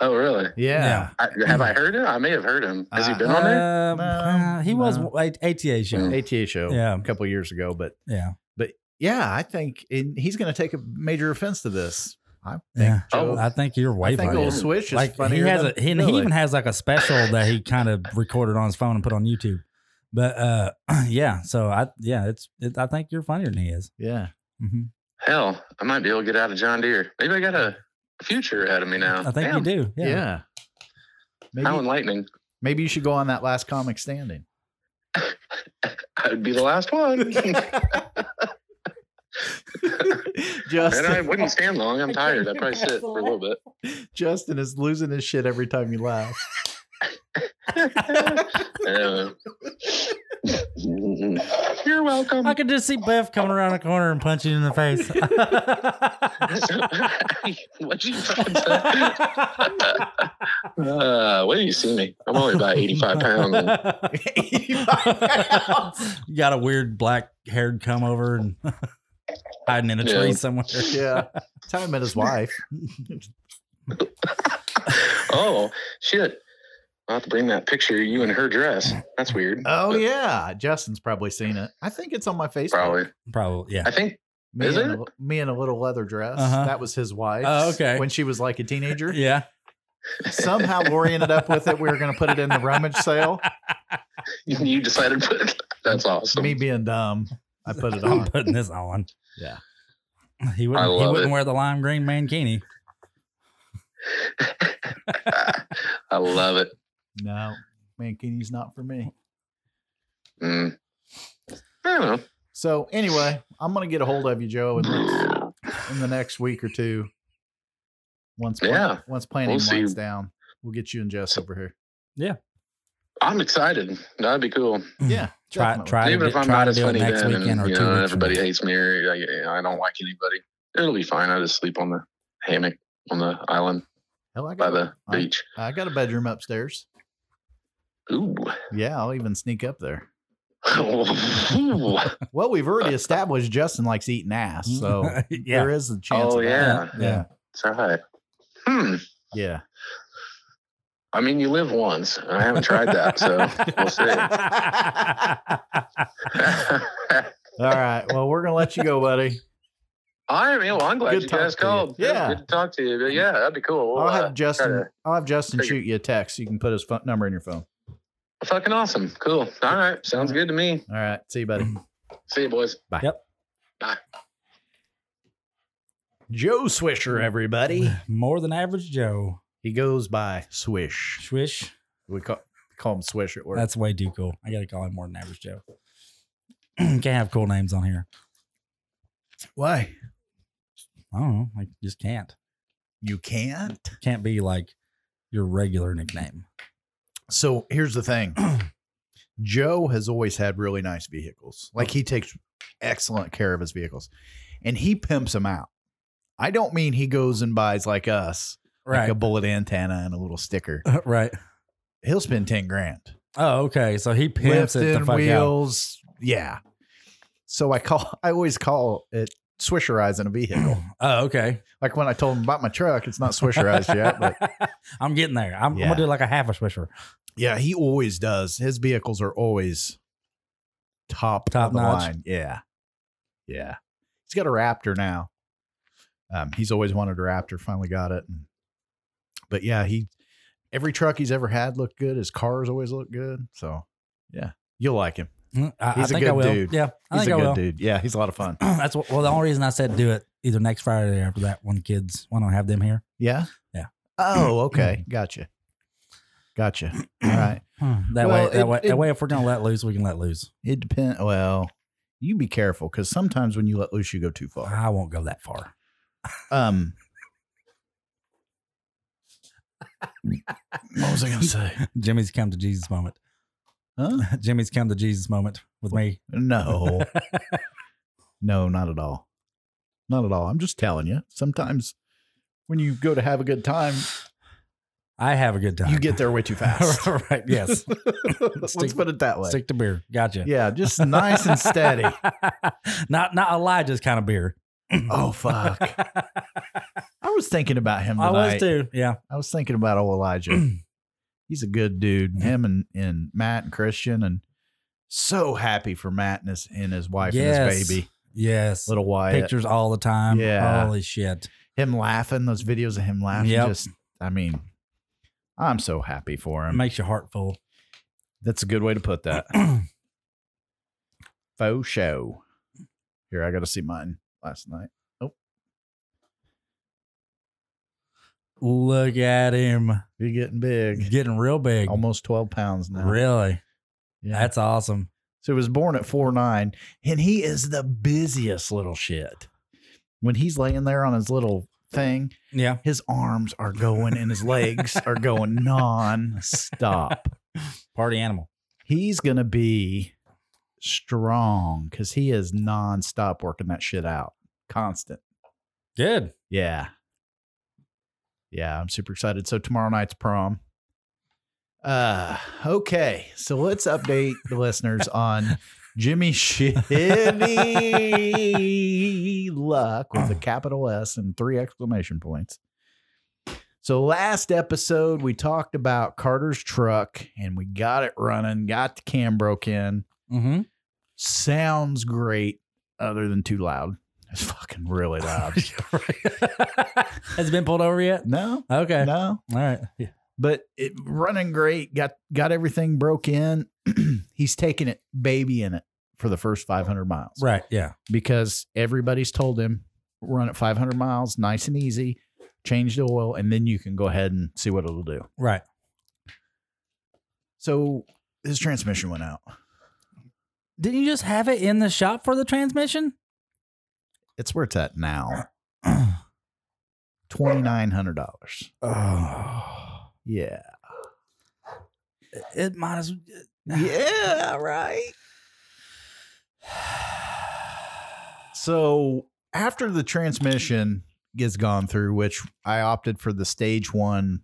[SPEAKER 5] Oh, really?
[SPEAKER 7] Yeah.
[SPEAKER 5] I, have I heard him? I may have heard him. Has he been on there?
[SPEAKER 4] Um, uh, he was like ATA show.
[SPEAKER 7] ATA show
[SPEAKER 4] Yeah.
[SPEAKER 7] a couple years ago, but
[SPEAKER 4] Yeah.
[SPEAKER 7] but yeah, I think and he's going to take a major offense to this. I think
[SPEAKER 4] Yeah.
[SPEAKER 7] Joe,
[SPEAKER 4] I think you're Oh, way
[SPEAKER 7] I think
[SPEAKER 4] funnier.
[SPEAKER 7] old Swish is
[SPEAKER 4] like he
[SPEAKER 7] funnier
[SPEAKER 4] has
[SPEAKER 7] than
[SPEAKER 4] a he, and he
[SPEAKER 7] Billy.
[SPEAKER 4] even has like a special that he kind of recorded on his phone and put on YouTube. But uh yeah, so I yeah, it's it, I think you're funnier than he is.
[SPEAKER 7] yeah.
[SPEAKER 4] hmm
[SPEAKER 5] Hell, I might be able to get out of John Deere. Maybe I got a future ahead of me now.
[SPEAKER 4] I think
[SPEAKER 5] Damn,
[SPEAKER 4] you do.
[SPEAKER 7] Yeah.
[SPEAKER 4] Yeah.
[SPEAKER 7] Maybe
[SPEAKER 5] How enlightening!
[SPEAKER 7] maybe you should go on that last comic standing.
[SPEAKER 5] I would be the last one, and I
[SPEAKER 7] Justin,
[SPEAKER 5] wouldn't stand long. I'm tired. I'd probably sit for a little bit.
[SPEAKER 7] Justin is losing his shit every time you laugh.
[SPEAKER 5] Yeah. You're welcome.
[SPEAKER 4] I could just see Beth coming around the corner and punching you in the face.
[SPEAKER 5] What'd you fucking say? Uh, where do you see me? I'm only about 85 pounds.
[SPEAKER 4] you got a weird black haired come over and hiding in a tree
[SPEAKER 5] Yeah.
[SPEAKER 4] somewhere.
[SPEAKER 7] Yeah. That's how I met his wife.
[SPEAKER 5] Oh shit! I'll have to bring that picture of you in her dress. That's weird.
[SPEAKER 7] Oh yeah. Justin's probably seen it. I think it's on my Facebook.
[SPEAKER 5] Probably.
[SPEAKER 4] Probably, yeah.
[SPEAKER 5] I think.
[SPEAKER 7] Me,
[SPEAKER 5] Is
[SPEAKER 7] in,
[SPEAKER 5] it?
[SPEAKER 7] A, me in a little leather dress.
[SPEAKER 4] Uh-huh.
[SPEAKER 7] That was his wife.
[SPEAKER 4] Oh, okay.
[SPEAKER 7] When she was like a teenager.
[SPEAKER 4] Yeah.
[SPEAKER 7] Somehow Lori ended up with it. We were going to put it in the rummage sale.
[SPEAKER 5] You decided to put it. That's awesome.
[SPEAKER 7] Me being dumb, I put it
[SPEAKER 4] I'm
[SPEAKER 7] on.
[SPEAKER 4] putting this on.
[SPEAKER 7] Yeah.
[SPEAKER 4] He
[SPEAKER 5] I
[SPEAKER 4] wouldn't he
[SPEAKER 5] love
[SPEAKER 4] wouldn't
[SPEAKER 5] it.
[SPEAKER 4] wear the lime green mankini.
[SPEAKER 5] I love it.
[SPEAKER 7] No, mankini's not for me.
[SPEAKER 5] Mm. I don't know.
[SPEAKER 7] So anyway, I'm going to get a hold of you, Joe, in, the- in the next week or two. Once, plan-
[SPEAKER 5] Yeah.
[SPEAKER 7] once planning
[SPEAKER 5] We'll see.
[SPEAKER 7] winds down, we'll get you and Jess over here.
[SPEAKER 5] I'm excited. That'd be cool.
[SPEAKER 7] Yeah,
[SPEAKER 4] Mm, Try
[SPEAKER 7] definitely.
[SPEAKER 4] try
[SPEAKER 5] Even
[SPEAKER 4] to,
[SPEAKER 5] if
[SPEAKER 4] do-
[SPEAKER 5] I'm
[SPEAKER 4] try
[SPEAKER 5] not
[SPEAKER 4] to
[SPEAKER 5] as
[SPEAKER 4] do it
[SPEAKER 5] funny
[SPEAKER 4] next
[SPEAKER 5] then,
[SPEAKER 4] weekend
[SPEAKER 5] and,
[SPEAKER 4] or
[SPEAKER 5] you
[SPEAKER 4] two
[SPEAKER 5] know,
[SPEAKER 4] weeks from
[SPEAKER 5] everybody
[SPEAKER 4] now.
[SPEAKER 5] hates me, or I, I don't like anybody. It'll be fine. I just sleep on the hammock on the island
[SPEAKER 7] Hell, I
[SPEAKER 5] by
[SPEAKER 7] got,
[SPEAKER 5] the
[SPEAKER 7] I-
[SPEAKER 5] beach.
[SPEAKER 7] I got a bedroom upstairs.
[SPEAKER 5] Ooh.
[SPEAKER 7] Yeah, I'll even sneak up there.
[SPEAKER 5] Ooh.
[SPEAKER 7] Well, we've already established Justin likes eating ass, so
[SPEAKER 4] yeah.
[SPEAKER 7] there is a chance.
[SPEAKER 5] Oh
[SPEAKER 7] of that.
[SPEAKER 5] yeah.
[SPEAKER 7] yeah,
[SPEAKER 5] It's all right. Hmm.
[SPEAKER 7] yeah.
[SPEAKER 5] I mean, you live once, and I haven't tried that, so we'll see.
[SPEAKER 7] All right. Well, we're gonna let you go, buddy.
[SPEAKER 5] I mean, well, I'm glad
[SPEAKER 7] Good
[SPEAKER 5] you
[SPEAKER 7] talk
[SPEAKER 5] guys
[SPEAKER 7] to you.
[SPEAKER 5] called. Good-
[SPEAKER 7] Yeah.
[SPEAKER 5] good to talk to you. But yeah, that'd be cool. We'll,
[SPEAKER 7] I'll
[SPEAKER 5] uh,
[SPEAKER 7] have
[SPEAKER 5] try
[SPEAKER 7] Justin.
[SPEAKER 5] to-
[SPEAKER 7] I'll have Justin
[SPEAKER 5] figure-
[SPEAKER 7] shoot you a text. You can put his phone number in your phone.
[SPEAKER 5] Fucking awesome. Cool. All right, sounds good to me.
[SPEAKER 7] All right. See you, buddy.
[SPEAKER 4] Mm.
[SPEAKER 5] See you, boys.
[SPEAKER 7] Joe Swisher, everybody.
[SPEAKER 4] More than average Joe.
[SPEAKER 7] He goes by Swish.
[SPEAKER 4] Swish.
[SPEAKER 7] We call call him Swish at work.
[SPEAKER 4] That's way too cool. I gotta call him more than average Joe. Can't have cool names on here.
[SPEAKER 7] why
[SPEAKER 4] I don't know. I just can't.
[SPEAKER 7] you can't.
[SPEAKER 4] Can't be like your regular nickname.
[SPEAKER 7] So here's the thing. Joe has always had really nice vehicles. Like he takes excellent care of his vehicles, and he pimps them out. I don't mean he goes and buys like us, like
[SPEAKER 4] Right.
[SPEAKER 7] a bullet antenna and a little sticker.
[SPEAKER 4] right.
[SPEAKER 7] He'll spend ten grand.
[SPEAKER 4] Oh, okay. So he pimps it the
[SPEAKER 7] Lifting
[SPEAKER 4] fuck out.
[SPEAKER 7] wheels, yeah. So I call. I always call it swisherizing a vehicle.
[SPEAKER 4] Oh, okay.
[SPEAKER 7] like when I told him about my truck, it's not swisherized yet, but
[SPEAKER 4] I'm getting there. I'm, I'm
[SPEAKER 7] Yeah.
[SPEAKER 4] gonna do like a half a swisher.
[SPEAKER 7] yeah, he always does. His vehicles are always top
[SPEAKER 4] Top
[SPEAKER 7] of the
[SPEAKER 4] notch.
[SPEAKER 7] line. Yeah, yeah. He's got a Raptor now. Um, he's always wanted a Raptor. Finally got it. And- but yeah, he every truck he's ever had looked good. His cars always look good. So yeah, you'll like him.
[SPEAKER 4] Mm, I,
[SPEAKER 7] He's
[SPEAKER 4] I
[SPEAKER 7] a
[SPEAKER 4] think I
[SPEAKER 7] good
[SPEAKER 4] will.
[SPEAKER 7] dude.
[SPEAKER 4] Yeah, I
[SPEAKER 7] He's a
[SPEAKER 4] think I
[SPEAKER 7] good
[SPEAKER 4] will.
[SPEAKER 7] dude. Yeah, he's a lot of fun.
[SPEAKER 4] That's what, well the only reason I said do it either next Friday or after that when the kids when I don't have them here.
[SPEAKER 7] Yeah.
[SPEAKER 4] Yeah.
[SPEAKER 7] Oh, okay. Gotcha. Gotcha. All right.
[SPEAKER 4] That
[SPEAKER 7] Hmm. Well,
[SPEAKER 4] way, that
[SPEAKER 7] it-
[SPEAKER 4] way,
[SPEAKER 7] it-
[SPEAKER 4] that way, if we're gonna let loose, we can let loose.
[SPEAKER 7] It depends. Well, you be careful because sometimes when you let loose, you go too far.
[SPEAKER 4] I won't go that far.
[SPEAKER 7] Um. what was I gonna say?
[SPEAKER 4] Jimmy's come to Jesus moment.
[SPEAKER 7] Huh?
[SPEAKER 4] Jimmy's come to Jesus moment with me.
[SPEAKER 7] No. no, not at all. Not at all. I'm just telling you. Sometimes when you go to have a good time,
[SPEAKER 4] I have a good time.
[SPEAKER 7] you get there way too fast.
[SPEAKER 4] right. Yes.
[SPEAKER 7] Let's
[SPEAKER 4] Stick-
[SPEAKER 7] put it that way.
[SPEAKER 4] Stick to beer. Gotcha.
[SPEAKER 7] Yeah, just nice and steady.
[SPEAKER 4] not not Elijah's kind of beer.
[SPEAKER 7] Oh fuck. I was thinking about him tonight.
[SPEAKER 4] I was too. Yeah.
[SPEAKER 7] I was thinking about old Elijah. He's a good dude. Him and, and Matt and Christian and so happy for Matt and his and his wife and
[SPEAKER 4] Yes.
[SPEAKER 7] his baby.
[SPEAKER 4] Yes.
[SPEAKER 7] Little Wyatt.
[SPEAKER 4] Pictures all the time.
[SPEAKER 7] Yeah.
[SPEAKER 4] Holy shit.
[SPEAKER 7] Him laughing, those videos of him laughing.
[SPEAKER 4] Yep.
[SPEAKER 7] Just I mean, I'm so happy for
[SPEAKER 4] It
[SPEAKER 7] him.
[SPEAKER 4] makes your heart full.
[SPEAKER 7] That's a good way to put that. Faux show. Here, I gotta see mine last night.
[SPEAKER 4] Look at him.
[SPEAKER 7] You're getting big.
[SPEAKER 4] He's getting real big.
[SPEAKER 7] Almost 12 pounds now.
[SPEAKER 4] Really?
[SPEAKER 7] Yeah.
[SPEAKER 4] That's awesome.
[SPEAKER 7] So he was born at four nine, and he is the busiest little shit. When he's laying there on his little thing,
[SPEAKER 4] Yeah.
[SPEAKER 7] his arms are going and his legs are going non-stop.
[SPEAKER 4] Party animal.
[SPEAKER 7] He's gonna be strong because he is non-stop working that shit out. Constant.
[SPEAKER 4] Good.
[SPEAKER 7] Yeah. Yeah, I'm super excited. So tomorrow night's prom. Uh okay. So let's update the listeners on Jimmy Shitty Luck with a capital S and three exclamation points. So last episode we talked about Carter's truck and we got it running, got the cam broke in.
[SPEAKER 4] Mm-hmm.
[SPEAKER 7] Sounds great, other than too loud. It's fucking really loud.
[SPEAKER 4] Has it been pulled over yet?
[SPEAKER 7] No,
[SPEAKER 4] Okay.
[SPEAKER 7] no.
[SPEAKER 4] All right. Yeah.
[SPEAKER 7] but it, running great. Got got everything broke in. He's taking it, baby, in it for the first 500 miles,
[SPEAKER 4] Right. Yeah.
[SPEAKER 7] Because everybody's told him run at 500 miles, nice and easy. Change the oil, and then you can go ahead and see what it'll do.
[SPEAKER 4] Right.
[SPEAKER 7] So his transmission went out.
[SPEAKER 4] Didn't you just have it in the shop for the transmission?
[SPEAKER 7] It's where it's at now. Twenty nine hundred dollars.
[SPEAKER 4] Oh.
[SPEAKER 7] Yeah.
[SPEAKER 4] It might as uh,
[SPEAKER 7] Yeah. Right. So after the transmission gets gone through, which I opted for the stage one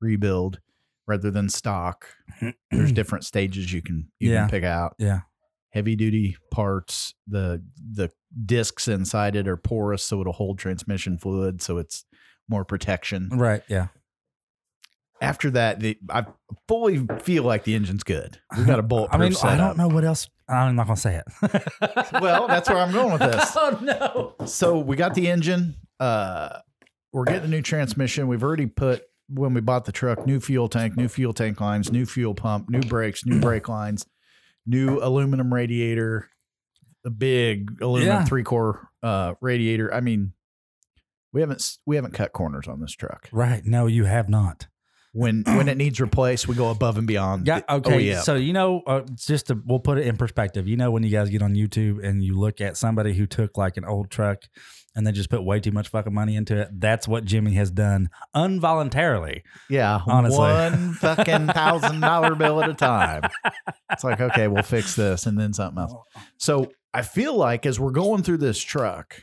[SPEAKER 7] rebuild rather than stock.
[SPEAKER 4] Mm.
[SPEAKER 7] There's different stages you can you
[SPEAKER 4] Yeah.
[SPEAKER 7] can pick out.
[SPEAKER 4] Yeah.
[SPEAKER 7] Heavy duty parts, the the discs inside it are porous, so it'll hold transmission fluid, so it's more protection.
[SPEAKER 4] Right. Yeah.
[SPEAKER 7] After that, the, I fully feel like the engine's good. We've got a
[SPEAKER 4] I
[SPEAKER 7] bulletproof
[SPEAKER 4] mean, I
[SPEAKER 7] setup.
[SPEAKER 4] don't know what else. I'm not gonna say it.
[SPEAKER 7] Well, that's where I'm going with this.
[SPEAKER 4] oh no.
[SPEAKER 7] so we got the engine. Uh, we're getting a new transmission. We've already put when we bought the truck, new fuel tank, new fuel tank lines, new fuel pump, new brakes, new brake lines, new aluminum radiator, a big aluminum
[SPEAKER 4] Yeah.
[SPEAKER 7] three core uh, radiator. I mean, we haven't s- we haven't cut corners on this truck.
[SPEAKER 4] Right. No, you have not.
[SPEAKER 7] When when it needs replaced, we go above and beyond.
[SPEAKER 4] Yeah.
[SPEAKER 7] the E
[SPEAKER 4] Okay.
[SPEAKER 7] OEM.
[SPEAKER 4] So you know, uh, it's just to, we'll put it in perspective. You know, when you guys get on YouTube and you look at somebody who took like an old truck and they just put way too much fucking money into it, that's what Jimmy has done involuntarily.
[SPEAKER 7] Yeah,
[SPEAKER 4] Honestly.
[SPEAKER 7] one fucking thousand dollar bill at a time. It's like, okay, we'll fix this and then something else. So I feel like as we're going through this truck,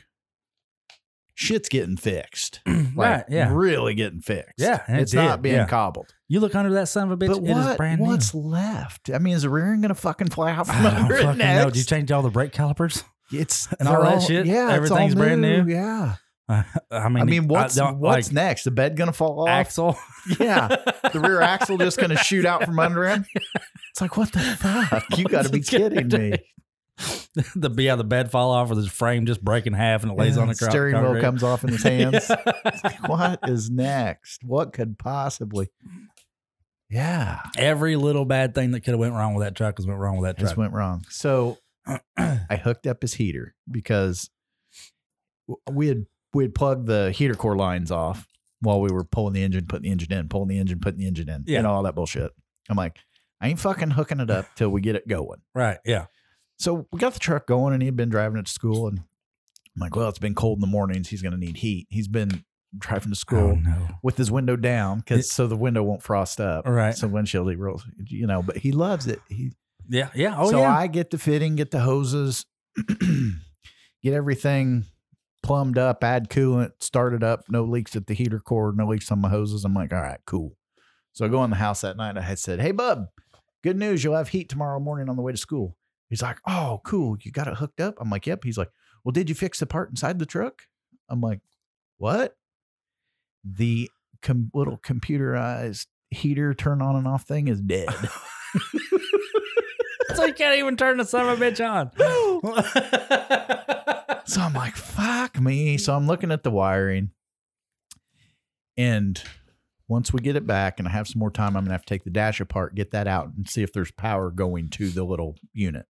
[SPEAKER 7] shit's getting fixed.
[SPEAKER 4] Right, yeah.
[SPEAKER 7] Really getting fixed.
[SPEAKER 4] Yeah, and it
[SPEAKER 7] It's not
[SPEAKER 4] did,
[SPEAKER 7] being
[SPEAKER 4] yeah.
[SPEAKER 7] cobbled.
[SPEAKER 4] You look under that son of a bitch.
[SPEAKER 7] But
[SPEAKER 4] it is
[SPEAKER 7] what,
[SPEAKER 4] brand new.
[SPEAKER 7] what's left? I mean, is the rear end going to fucking fly out from
[SPEAKER 4] I don't
[SPEAKER 7] under it
[SPEAKER 4] fucking know. Did you
[SPEAKER 7] next?
[SPEAKER 4] change all the brake calipers?
[SPEAKER 7] It's
[SPEAKER 4] and all
[SPEAKER 7] they're
[SPEAKER 4] that shit?
[SPEAKER 7] Yeah, it's all
[SPEAKER 4] Everything's brand new?
[SPEAKER 7] Yeah.
[SPEAKER 4] Uh, I mean,
[SPEAKER 7] I mean,
[SPEAKER 4] I
[SPEAKER 7] what's
[SPEAKER 4] don't-
[SPEAKER 7] what's
[SPEAKER 4] like,
[SPEAKER 7] next? The bed going to fall off?
[SPEAKER 4] axle?
[SPEAKER 7] Yeah. The rear axle just going to shoot out from under him? It's like, what the fuck? You got to be kidding me.
[SPEAKER 4] the yeah, the bed fall off or the frame just break in half and it lays
[SPEAKER 7] Yeah,
[SPEAKER 4] on the
[SPEAKER 7] the
[SPEAKER 4] cro-
[SPEAKER 7] steering wheel
[SPEAKER 4] concrete.
[SPEAKER 7] comes off in his hands.
[SPEAKER 4] Yeah.
[SPEAKER 7] It's like, what is next? What could possibly? Yeah,
[SPEAKER 4] Every little bad thing that could have went wrong with that truck has went wrong with that
[SPEAKER 7] just
[SPEAKER 4] truck.
[SPEAKER 7] went wrong. So I hooked up his heater because w- we had we had plugged the heater core lines off while we were pulling the engine, putting the engine in, pulling the engine, putting the engine in,
[SPEAKER 4] Yeah.
[SPEAKER 7] and all that bullshit. I'm like, I ain't fucking hooking it up till we get it going.
[SPEAKER 4] right. Yeah.
[SPEAKER 7] So we got the truck going, and he had been driving it to school, and I'm like, well, it's been cold in the mornings. He's gonna need heat. He's been driving to school.
[SPEAKER 4] Oh, no.
[SPEAKER 7] with his window down
[SPEAKER 4] It-
[SPEAKER 7] because so the window won't frost up.
[SPEAKER 4] Right.
[SPEAKER 7] So windshield he rolls, you know, but he loves it. He
[SPEAKER 4] Yeah. Yeah. Oh,
[SPEAKER 7] so
[SPEAKER 4] yeah.
[SPEAKER 7] I get the fitting, get the hoses, get everything plumbed up, add coolant, start it up, no leaks at the heater core, no leaks on my hoses. I'm like, all right, cool. So I go in the house that night. I had said, Hey bub, good news, you'll have heat tomorrow morning on the way to school. He's like, Oh, cool. You got it hooked up? I'm like, Yep. He's like, Well, did you fix the part inside the truck? I'm like, What? The com- little computerized heater turn on and off thing is dead.
[SPEAKER 4] so you can't even turn the son of a bitch on.
[SPEAKER 7] So I'm like, fuck me. So I'm looking at the wiring. And once we get it back and I have some more time, I'm going to have to take the dash apart, get that out, and see if there's power going to the little unit.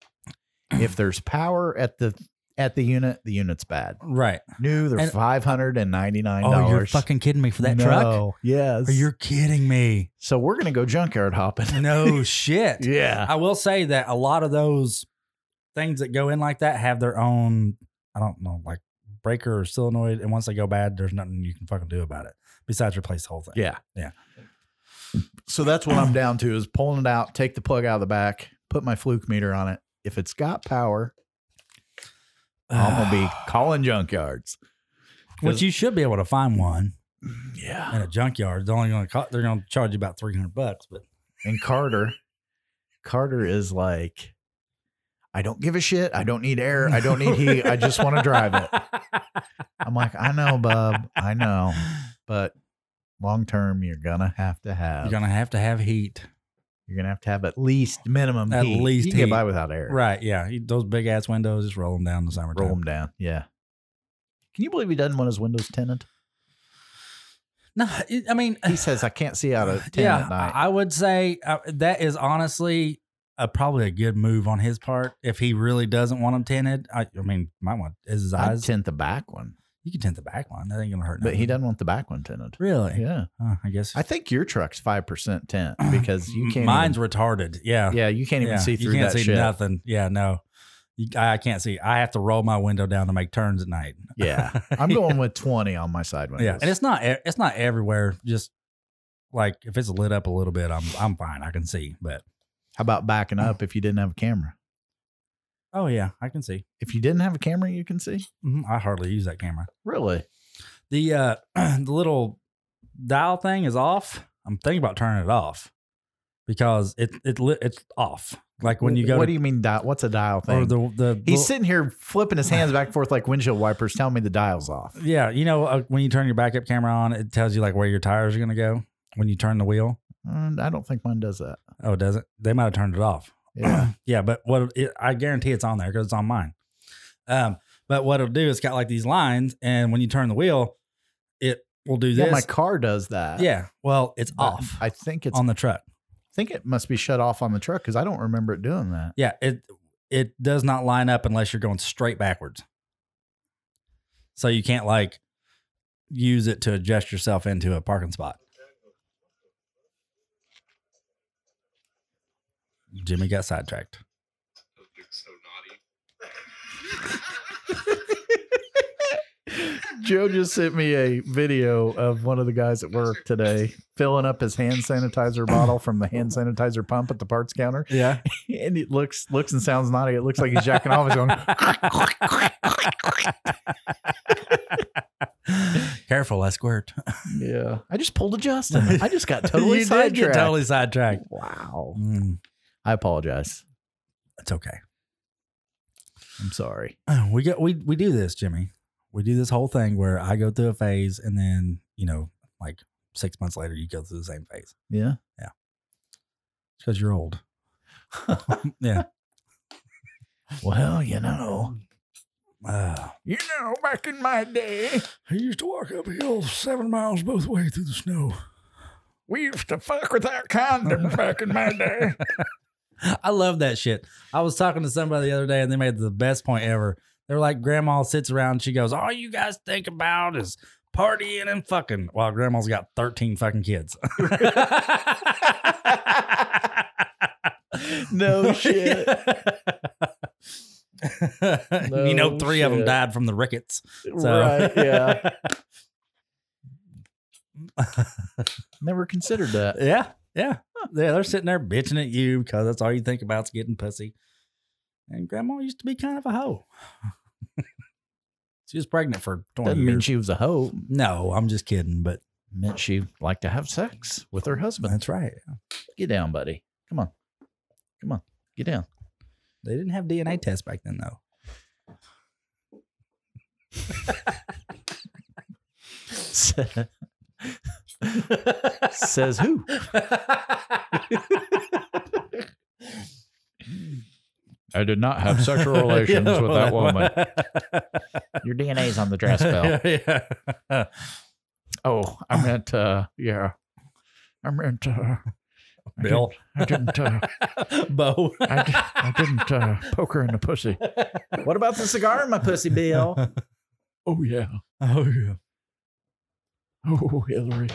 [SPEAKER 7] If there's power at the at the unit, the unit's bad.
[SPEAKER 4] right.
[SPEAKER 7] New, they're
[SPEAKER 4] And-
[SPEAKER 7] five hundred and ninety nine
[SPEAKER 4] Oh,
[SPEAKER 7] dollars.
[SPEAKER 4] you're fucking kidding me for that truck?
[SPEAKER 7] Yes.
[SPEAKER 4] Or you're kidding me.
[SPEAKER 7] so we're gonna go junkyard hopping.
[SPEAKER 4] No shit.
[SPEAKER 7] yeah.
[SPEAKER 4] I will say that a lot of those things that go in like that have their own, I don't know, like breaker or solenoid. And once they go bad, there's nothing you can fucking do about it besides replace the whole thing.
[SPEAKER 7] Yeah.
[SPEAKER 4] Yeah.
[SPEAKER 7] So that's what I'm down to is pulling it out, take the plug out of the back, put my fluke meter on it. If it's got power, I'm gonna be calling junkyards.
[SPEAKER 4] Which you should be able to find one
[SPEAKER 7] Yeah.
[SPEAKER 4] in a junkyard. It's only going to, they're going to charge you about 300 bucks, but
[SPEAKER 7] And Carter, Carter is like, I don't give a shit. I don't need air. I don't need heat. I just want to drive it. I'm like, I know, bub. I know. But long term, you're gonna have to have
[SPEAKER 4] You're going to have to have heat.
[SPEAKER 7] you're gonna have to have at least minimum
[SPEAKER 4] At
[SPEAKER 7] heat.
[SPEAKER 4] least
[SPEAKER 7] you can get
[SPEAKER 4] heat.
[SPEAKER 7] by without air.
[SPEAKER 4] Right. Yeah. You- Those big ass windows, just roll them down in the summertime.
[SPEAKER 7] Roll them down. Yeah. Can you believe he doesn't want his windows tinted?
[SPEAKER 4] No, it- I mean,
[SPEAKER 7] He says, I can't see out of ten
[SPEAKER 4] yeah,
[SPEAKER 7] at night.
[SPEAKER 4] I I would say uh, that is honestly uh probably a good move on his part if he really doesn't want them tinted. I, I mean, might want is his
[SPEAKER 7] I, would
[SPEAKER 4] eyes.
[SPEAKER 7] tint the back one,
[SPEAKER 4] you can tint the back one. That ain't gonna hurt.
[SPEAKER 7] but he
[SPEAKER 4] nothing.
[SPEAKER 7] doesn't want the back one tinted.
[SPEAKER 4] Mm-hmm. really.
[SPEAKER 7] Yeah.
[SPEAKER 4] Huh, I guess
[SPEAKER 7] I think your truck's five percent tint because you can't.
[SPEAKER 4] Mine's
[SPEAKER 7] even,
[SPEAKER 4] retarded. Yeah,
[SPEAKER 7] yeah, you can't even
[SPEAKER 4] yeah.
[SPEAKER 7] see through
[SPEAKER 4] You can't
[SPEAKER 7] that
[SPEAKER 4] see
[SPEAKER 7] shit.
[SPEAKER 4] nothing. Yeah, no. You, I, I can't see. I have to roll my window down to make turns at night.
[SPEAKER 7] Yeah, I'm going with twenty on my side windows.
[SPEAKER 4] yeah, and it's not e- it's not everywhere. Just like if it's lit up a little bit, I'm I'm fine. I can see. But
[SPEAKER 7] How about backing up if you didn't have a camera?
[SPEAKER 4] oh yeah, I can see.
[SPEAKER 7] If you didn't have a camera, you can see.
[SPEAKER 4] Mhm, I hardly use that camera.
[SPEAKER 7] Really?
[SPEAKER 4] the uh the little dial thing is off i'm thinking about turning it off because it it li- it's off like when you go
[SPEAKER 7] What
[SPEAKER 4] to,
[SPEAKER 7] do you mean? Di- what's a dial
[SPEAKER 4] or
[SPEAKER 7] thing?
[SPEAKER 4] the the
[SPEAKER 7] He's
[SPEAKER 4] the-
[SPEAKER 7] sitting here flipping his hands back and forth like windshield wipers, telling me the dial's off.
[SPEAKER 4] yeah you know uh, when you turn your backup camera on it tells you like where your tires are going to go when you turn the wheel
[SPEAKER 7] Mm, I don't think mine does that.
[SPEAKER 4] oh it doesn't they might have turned it off
[SPEAKER 7] Yeah.
[SPEAKER 4] yeah, but what it, I guarantee it's on there because it's on mine. Um, but what it'll do, it's got like these lines, and when you turn the wheel, it will do
[SPEAKER 7] yeah, my
[SPEAKER 4] this.
[SPEAKER 7] car does that.
[SPEAKER 4] yeah, well, it's
[SPEAKER 7] But
[SPEAKER 4] off
[SPEAKER 7] I think it's.
[SPEAKER 4] on the truck.
[SPEAKER 7] I think it must be shut off on the truck because I don't remember it doing that.
[SPEAKER 4] Yeah, it it does not line up unless you're going straight backwards. So you can't like use it to adjust yourself into a parking spot. Jimmy got sidetracked.
[SPEAKER 7] Joe just sent me a video of one of the guys at work today filling up his hand sanitizer bottle from the hand sanitizer pump at the parts counter,
[SPEAKER 4] Yeah.
[SPEAKER 7] and it looks looks and sounds naughty. It looks like he's jacking off. He's going,
[SPEAKER 4] Careful, I squirt.
[SPEAKER 7] Yeah. I just pulled a Justin. I just got totally
[SPEAKER 4] you did
[SPEAKER 7] sidetracked.
[SPEAKER 4] get totally sidetracked.
[SPEAKER 7] Wow.
[SPEAKER 4] Mm,
[SPEAKER 7] I apologize.
[SPEAKER 4] it's okay.
[SPEAKER 7] I'm sorry.
[SPEAKER 4] Uh, We get we we do this, Jimmy. We do this whole thing where I go through a phase, and then you know, like six months later, you go through the same phase.
[SPEAKER 7] Yeah.
[SPEAKER 4] because you're old. yeah.
[SPEAKER 7] Well, you know.
[SPEAKER 4] Uh,
[SPEAKER 11] You know, back in my day,
[SPEAKER 4] I used to walk uphill seven miles both way through the snow.
[SPEAKER 11] we used to fuck without condoms back in my day.
[SPEAKER 4] I love that shit. I was talking to somebody the other day and they made the best point ever. They were like, Grandma sits around and she goes, All you guys think about is partying and fucking. While Grandma's got 13 fucking kids.
[SPEAKER 7] No
[SPEAKER 4] you
[SPEAKER 7] No
[SPEAKER 4] know, three of them
[SPEAKER 7] shit.
[SPEAKER 4] died from the rickets. So.
[SPEAKER 7] Right. Yeah. Never considered that.
[SPEAKER 4] Yeah, yeah, yeah. They're sitting there bitching at you because that's all you think about is getting pussy. And grandma used to be kind of a hoe. she was pregnant for twenty
[SPEAKER 7] Doesn't mean
[SPEAKER 4] years.
[SPEAKER 7] she was a hoe.
[SPEAKER 4] no, I'm just kidding. But
[SPEAKER 7] Meant she liked to have sex with her husband.
[SPEAKER 4] that's right.
[SPEAKER 7] Get down, buddy. Come on. Come on. Get down.
[SPEAKER 4] They didn't have DNA tests back then, though.
[SPEAKER 7] Says who? I did not have sexual
[SPEAKER 4] Yeah, well,
[SPEAKER 7] Your DNA's on the dress belt.
[SPEAKER 4] yeah.
[SPEAKER 7] Oh, I meant, uh, yeah. I meant, uh,
[SPEAKER 4] Bill,
[SPEAKER 7] I didn't, uh,
[SPEAKER 4] Bo.
[SPEAKER 7] I, d- I didn't uh, poke her in the pussy. What about the cigar in my pussy, Bill? Oh, yeah.
[SPEAKER 4] Oh yeah.
[SPEAKER 7] Oh, Hillary.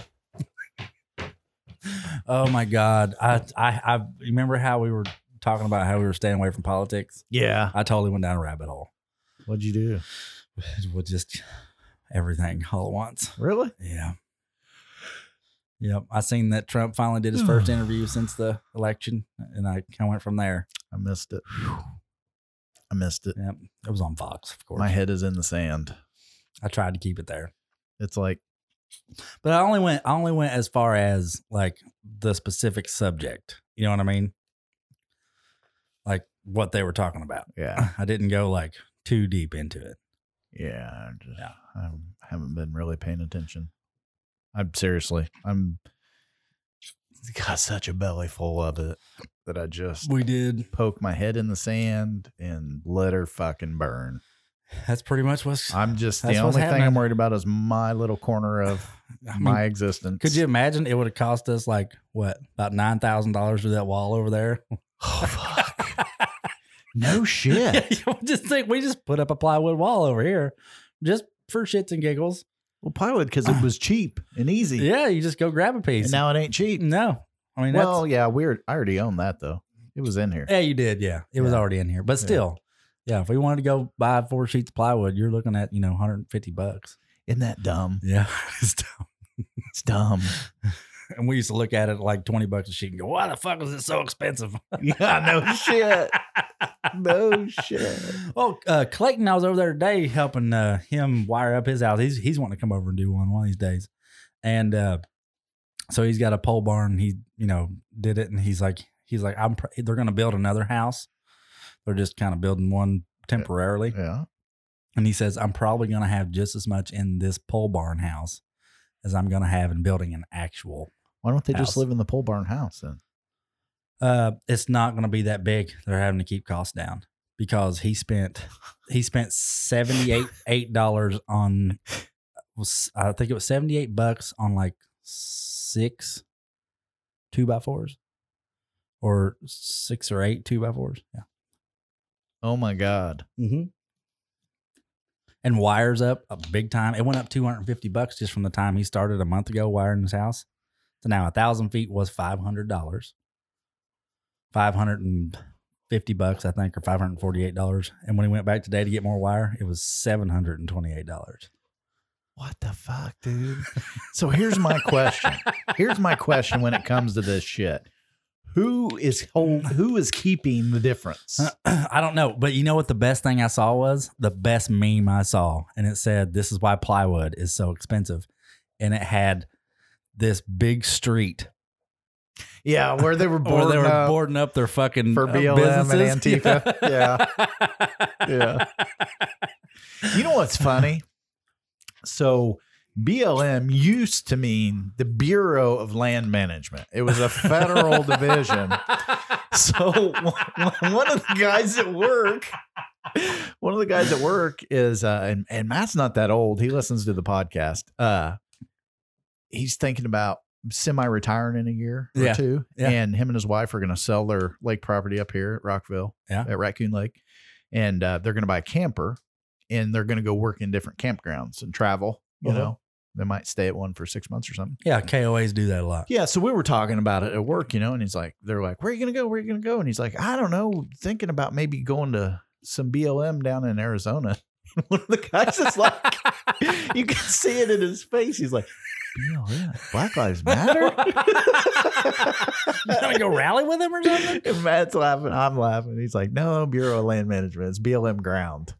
[SPEAKER 4] Oh my God. I I I remember how we were talking about how we were staying away from politics.
[SPEAKER 7] Yeah.
[SPEAKER 4] I totally went down a rabbit hole.
[SPEAKER 7] What'd you do?
[SPEAKER 4] We'll just everything all at once.
[SPEAKER 7] Really?
[SPEAKER 4] Yeah. Yep. I seen that Trump finally did his first interview since the election, and I kind of went from there.
[SPEAKER 7] I missed it. I missed it.
[SPEAKER 4] Yep. It was on Fox, of course.
[SPEAKER 7] My head is in the sand.
[SPEAKER 4] I tried to keep it there,
[SPEAKER 7] It's like,
[SPEAKER 4] but I only went. I only went as far as like the specific subject. You know what I mean? Like what they were talking about.
[SPEAKER 7] yeah,
[SPEAKER 4] I didn't go like too deep into it.
[SPEAKER 7] yeah. I, just, I haven't been really paying attention. I'm seriously, I'm got such a belly full of it that I just
[SPEAKER 4] We did.
[SPEAKER 7] poke my head in the sand and let her fucking burn.
[SPEAKER 4] That's pretty much what's.
[SPEAKER 7] I'm just the
[SPEAKER 4] That's what's
[SPEAKER 7] only thing I'm
[SPEAKER 4] happening.
[SPEAKER 7] worried about is my little corner of
[SPEAKER 4] I mean,
[SPEAKER 7] my existence.
[SPEAKER 4] Could you imagine it would have cost us like what about nine thousand dollars for that wall over there?
[SPEAKER 7] Oh, fuck. no shit.
[SPEAKER 4] just think we just put up a plywood wall over here just for shits and giggles.
[SPEAKER 7] Well, plywood because it was cheap and easy.
[SPEAKER 4] Yeah, you just go grab a piece.
[SPEAKER 7] And now it ain't cheap.
[SPEAKER 4] no, I mean Eh.
[SPEAKER 7] Well, yeah, weird. I already own that though. It was in here.
[SPEAKER 4] that's yeah, you did. Yeah, it was
[SPEAKER 7] Yeah.
[SPEAKER 4] already in here, but
[SPEAKER 7] Yeah.
[SPEAKER 4] still, yeah. If we wanted to go buy four sheets of plywood, you're looking at you know 150 bucks.
[SPEAKER 7] Isn't that dumb?
[SPEAKER 4] Yeah, it's dumb.
[SPEAKER 7] It's dumb.
[SPEAKER 4] and we used to look at it like 20 bucks a sheet and go, "Why the fuck is it so expensive?"
[SPEAKER 7] yeah, no shit. No shit.
[SPEAKER 4] Well, uh, Clayton, I was over there today helping uh, him wire up his house. He's he's wanting to come over and do one one of these days, and uh, so he's got a pole barn. He you know did it, and he's like he's like I'm. Pr- they're going to build another house. They're just kind of building one temporarily,
[SPEAKER 7] Yeah.
[SPEAKER 4] and he says I'm probably going to have just as much in this pole barn house as I'm going to have in building an actual.
[SPEAKER 7] Why don't they
[SPEAKER 4] House.
[SPEAKER 7] just live in the pole barn house then?
[SPEAKER 4] Uh, it's not going to be that big. They're having to keep costs down because he spent he spent seventy eight eight dollars on was I think it was seventy eight bucks on like six two by fours or six or eight two by fours. Yeah.
[SPEAKER 7] Oh my god.
[SPEAKER 4] Mm-hmm. And wires up a big time. It went up two hundred and fifty bucks just from the time he started a month ago wiring his house. So now a thousand feet was five hundred dollars. Five hundred and fifty bucks, I think, or five hundred and forty-eight dollars. And when he went back today to get more wire, it was seven hundred and twenty-eight dollars.
[SPEAKER 7] What the fuck, dude? so here's my question. Here's my question when it comes to this shit. Who is hold, Who is keeping the difference?
[SPEAKER 4] I don't know, but you know what the best thing I saw was? The best meme I saw. And it said, This is why plywood is so expensive. And it had this big street
[SPEAKER 7] Yeah, where they were
[SPEAKER 4] where
[SPEAKER 7] boarding
[SPEAKER 4] they were
[SPEAKER 7] up
[SPEAKER 4] boarding up their fucking
[SPEAKER 7] for
[SPEAKER 4] uh,
[SPEAKER 7] BLM and
[SPEAKER 4] businesses.
[SPEAKER 7] Antifa. Yeah. yeah. You know what's funny? So BLM used to mean the Bureau of Land Management. It was a federal division. So one one of the guys at work, one of the guys at work is, uh, and, and Matt's not that old. He listens to the podcast. Uh, he's thinking about semi-retiring in a year or
[SPEAKER 4] Yeah.
[SPEAKER 7] two,
[SPEAKER 4] Yeah.
[SPEAKER 7] and him and his wife are going to sell their lake property up here at Rockville,
[SPEAKER 4] Yeah.
[SPEAKER 7] at Raccoon Lake, and uh, they're going to buy a camper, and they're going to go work in different campgrounds and travel. You
[SPEAKER 4] Uh-huh.
[SPEAKER 7] know, they might stay at one for six months or something.
[SPEAKER 4] Yeah, KOAs do that a lot.
[SPEAKER 7] Yeah, so we were talking about it at work, you know, and he's like, they're like, where are you going to go? Where are you going to go? And he's like, I don't know, thinking about maybe going to some BLM down in Arizona. One of the guys is like, you can see it in his face. He's like, BLM, Black Lives Matter?
[SPEAKER 4] Gonna go rally with him or something?
[SPEAKER 7] and Matt's laughing. I'm laughing. He's like, no, Bureau of Land Management. It's BLM ground.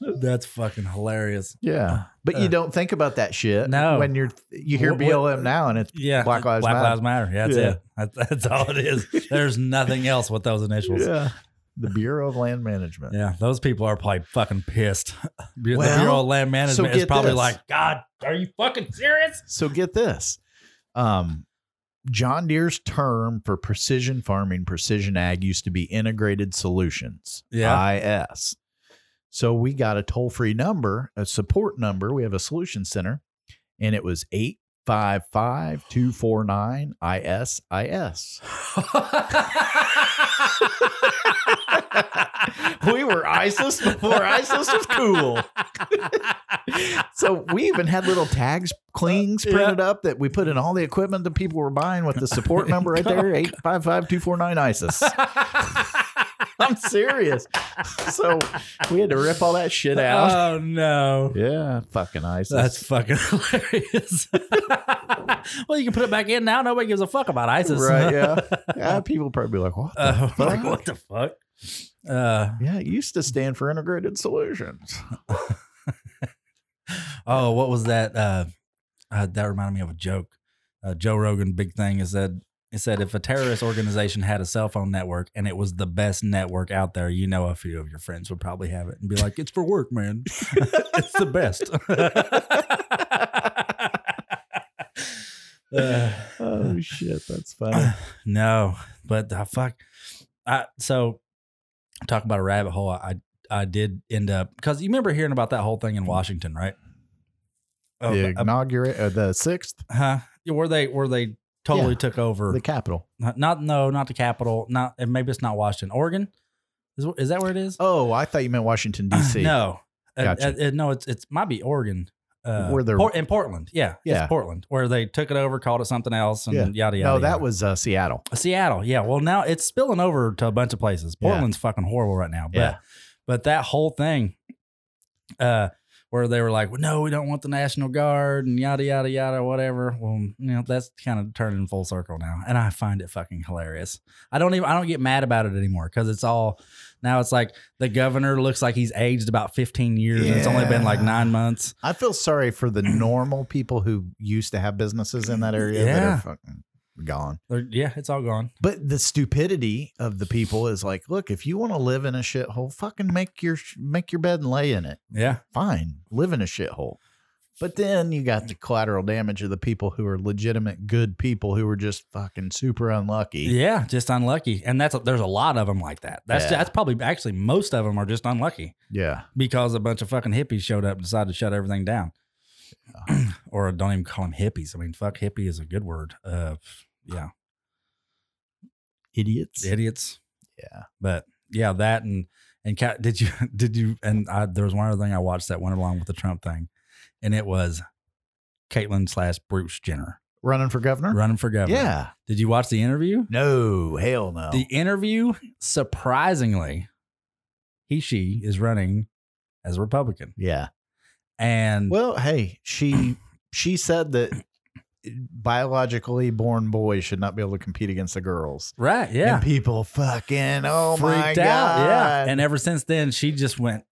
[SPEAKER 4] That's fucking hilarious.
[SPEAKER 7] Yeah. But you
[SPEAKER 4] Uh,
[SPEAKER 7] don't think about that shit
[SPEAKER 4] No.
[SPEAKER 7] when you're, you hear
[SPEAKER 4] What- what-
[SPEAKER 7] BLM now and it's,
[SPEAKER 4] Yeah,
[SPEAKER 7] Black Lives Matter.
[SPEAKER 4] Yeah, that's
[SPEAKER 7] Yeah.
[SPEAKER 4] it. That, that's all it is. There's nothing else with those initials. Yeah,
[SPEAKER 7] yeah, the Bureau of Land Management.
[SPEAKER 4] those people are probably fucking pissed. Bu-
[SPEAKER 7] Well,
[SPEAKER 4] the Bureau of Land Management is
[SPEAKER 7] get
[SPEAKER 4] probably
[SPEAKER 7] this.
[SPEAKER 4] like, God, are you fucking serious?
[SPEAKER 7] So get this. Um, John Deere's term for precision farming, precision ag used to be integrated solutions.
[SPEAKER 4] Yeah.
[SPEAKER 7] IS. So we got a toll-free number, a support number. We have a solution center, and it was 855-249-ISIS. we were ISIS before ISIS was cool. so we even had little tags, clings printed up that we put in all the equipment that people were buying with the support number right there, 855-249-ISIS. I'm serious. So we had to rip all that shit out.
[SPEAKER 4] Oh no.
[SPEAKER 7] yeah, fucking ISIS.
[SPEAKER 4] That's fucking hilarious. well, you can put it back in now. Nobody gives a fuck about ISIS.
[SPEAKER 7] right, yeah. yeah. People probably be like, what? the
[SPEAKER 4] Uh, like,
[SPEAKER 7] fuck?
[SPEAKER 4] what the fuck? Uh,
[SPEAKER 7] Yeah, it used to stand for integrated solutions.
[SPEAKER 4] oh, what was that? Uh, uh, that reminded me of a joke. Uh, Joe Rogan, big thing is that it said if a terrorist organization had a cell phone network and it was the best network out there, you know, a few of your friends would probably have it and be like, "It's for work, man. it's the best." Uh,
[SPEAKER 7] Oh shit, that's funny.
[SPEAKER 4] no, but the fuck. I so talk about a rabbit hole. I I did end up because you remember hearing about that whole thing in Washington, right? Oh,
[SPEAKER 7] the
[SPEAKER 4] uh,
[SPEAKER 7] inaugurate uh, the sixth,
[SPEAKER 4] huh? Yeah, Where they where they totally
[SPEAKER 7] Yeah.
[SPEAKER 4] took over?
[SPEAKER 7] the Capitol.
[SPEAKER 4] not, not- no, not the capital. Not and maybe it's not Washington, Oregon. Is is that where it is?
[SPEAKER 7] Oh, I thought you meant Washington D.C.
[SPEAKER 4] no, Uh,
[SPEAKER 7] Gotcha.
[SPEAKER 4] uh, uh, no, it's it's might be Oregon. Uh,
[SPEAKER 7] Where they're-
[SPEAKER 4] Por- in Portland, yeah,
[SPEAKER 7] Yeah.
[SPEAKER 4] it's Portland, where they took it over, called it something else, and
[SPEAKER 7] Yeah.
[SPEAKER 4] yada yada.
[SPEAKER 7] no,
[SPEAKER 4] yada.
[SPEAKER 7] that was uh, Seattle.
[SPEAKER 4] Seattle, yeah. Well, now it's spilling over to a bunch of places.
[SPEAKER 7] Yeah.
[SPEAKER 4] Portland's fucking horrible right now, but
[SPEAKER 7] Yeah.
[SPEAKER 4] but that whole thing, uh, where they were like, well, no, we don't want the National Guard and yada yada yada, whatever. Well, you know, that's kind of turning full circle now, and I find it fucking hilarious. I don't even I don't get mad about it anymore because it's all now. It's like the governor looks like he's aged about fifteen years, and it's only been like
[SPEAKER 7] Yeah.
[SPEAKER 4] nine months.
[SPEAKER 7] I feel sorry for the normal people who used to have businesses in that area that
[SPEAKER 4] Yeah.
[SPEAKER 7] are fucking gone.
[SPEAKER 4] They're- yeah, it's all gone.
[SPEAKER 7] But the stupidity of the people is like, look, if you want to live in a shithole, fucking make your make your bed and lay in it.
[SPEAKER 4] Yeah,
[SPEAKER 7] Fine, live in a shithole. But then you got the collateral damage of the people who are legitimate good people who were just fucking super unlucky.
[SPEAKER 4] Yeah, just unlucky, and that's there's a lot of them like that. That's
[SPEAKER 7] Yeah.
[SPEAKER 4] that's probably actually most of them are just unlucky
[SPEAKER 7] yeah.
[SPEAKER 4] because a bunch of fucking hippies showed up and decided to shut everything down, or don't even call them hippies. I mean, fuck, hippie is a good word. Uh, yeah,
[SPEAKER 7] idiots.
[SPEAKER 4] idiots.
[SPEAKER 7] Yeah.
[SPEAKER 4] But yeah, that and and Kat, did you did you and I, there was one other thing I watched that went along with the Trump thing, and it was Caitlyn slash Bruce Jenner
[SPEAKER 7] Running for governor?
[SPEAKER 4] running for governor.
[SPEAKER 7] Yeah.
[SPEAKER 4] Did you watch the interview?
[SPEAKER 7] No, hell no.
[SPEAKER 4] The interview, surprisingly, he she is running as a Republican,
[SPEAKER 7] yeah.
[SPEAKER 4] and
[SPEAKER 7] Well, hey, she she said that biologically born boys should not be able to compete against the girls.
[SPEAKER 4] Right. Yeah.
[SPEAKER 7] And people fucking oh my
[SPEAKER 4] Freaked
[SPEAKER 7] god.
[SPEAKER 4] out. Yeah. And ever since then, she just went,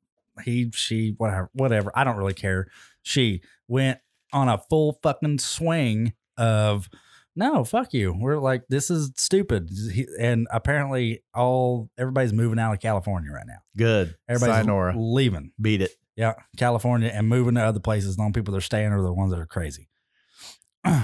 [SPEAKER 4] he, she, whatever, whatever. I don't really care. She went on a full fucking swing of, no, fuck you. We're like, this is stupid. He- And apparently, all everybody's moving out of California right now.
[SPEAKER 7] Good.
[SPEAKER 4] Everybody's
[SPEAKER 7] Sayonara.
[SPEAKER 4] leaving.
[SPEAKER 7] Beat it.
[SPEAKER 4] Yeah. California and moving to other places. The only people that are staying are the ones that are crazy.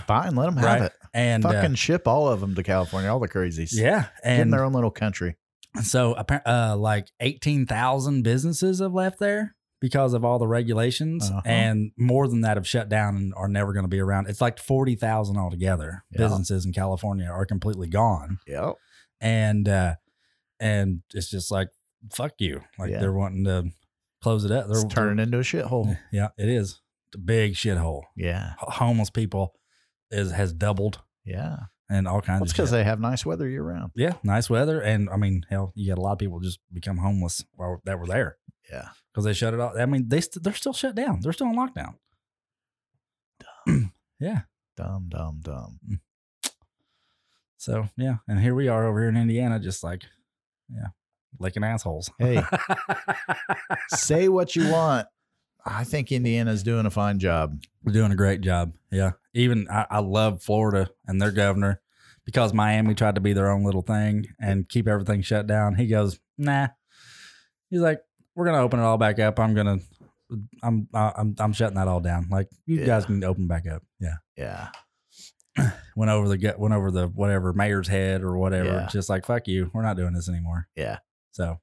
[SPEAKER 7] Fine, let them have
[SPEAKER 4] Right.
[SPEAKER 7] it.
[SPEAKER 4] And uh,
[SPEAKER 7] fucking ship all of them to California, all the crazies.
[SPEAKER 4] yeah.
[SPEAKER 7] Get in
[SPEAKER 4] And
[SPEAKER 7] their own little country.
[SPEAKER 4] so appar- uh, like 18,000 businesses have left there because of all the regulations
[SPEAKER 7] Uh-huh.
[SPEAKER 4] and more than that have shut down and are never going to be around. It's like 40,000 altogether.
[SPEAKER 7] Yeah.
[SPEAKER 4] Businesses in California are completely gone.
[SPEAKER 7] Yep.
[SPEAKER 4] And, uh, and it's just like, fuck you. Like
[SPEAKER 7] Yeah.
[SPEAKER 4] they're wanting to close it up. They're
[SPEAKER 7] It's turning into a shithole.
[SPEAKER 4] Yeah, it is. It's a big shithole.
[SPEAKER 7] Yeah.
[SPEAKER 4] H- Homeless people is, has doubled
[SPEAKER 7] Yeah.
[SPEAKER 4] and all kinds
[SPEAKER 7] That's
[SPEAKER 4] of shit.
[SPEAKER 7] because they have nice weather year round.
[SPEAKER 4] yeah, nice weather. And I mean, hell, you got a lot of people just become homeless while that were there.
[SPEAKER 7] Yeah.
[SPEAKER 4] because they shut it off. I mean, they st- they're still shut down. They're still on lockdown. yeah.
[SPEAKER 7] Dumb, dumb, dumb.
[SPEAKER 4] So yeah, and here we are over here in Indiana, just like yeah, licking assholes.
[SPEAKER 7] Hey, say what you want. I think Indiana's doing a fine job.
[SPEAKER 4] We're doing a great job. Yeah, even I, I love Florida and their governor because Miami tried to be their own little thing and keep everything shut down. He goes, nah. He's like, we're gonna open it all back up. I'm gonna. I'm I- I'm I'm shutting that all down. Like you
[SPEAKER 7] Yeah.
[SPEAKER 4] guys can open back up. Yeah.
[SPEAKER 7] Yeah.
[SPEAKER 4] went over the gut, went over the whatever mayor's head or whatever.
[SPEAKER 7] Yeah.
[SPEAKER 4] Just like fuck you, we're not doing this anymore.
[SPEAKER 7] Yeah.
[SPEAKER 4] So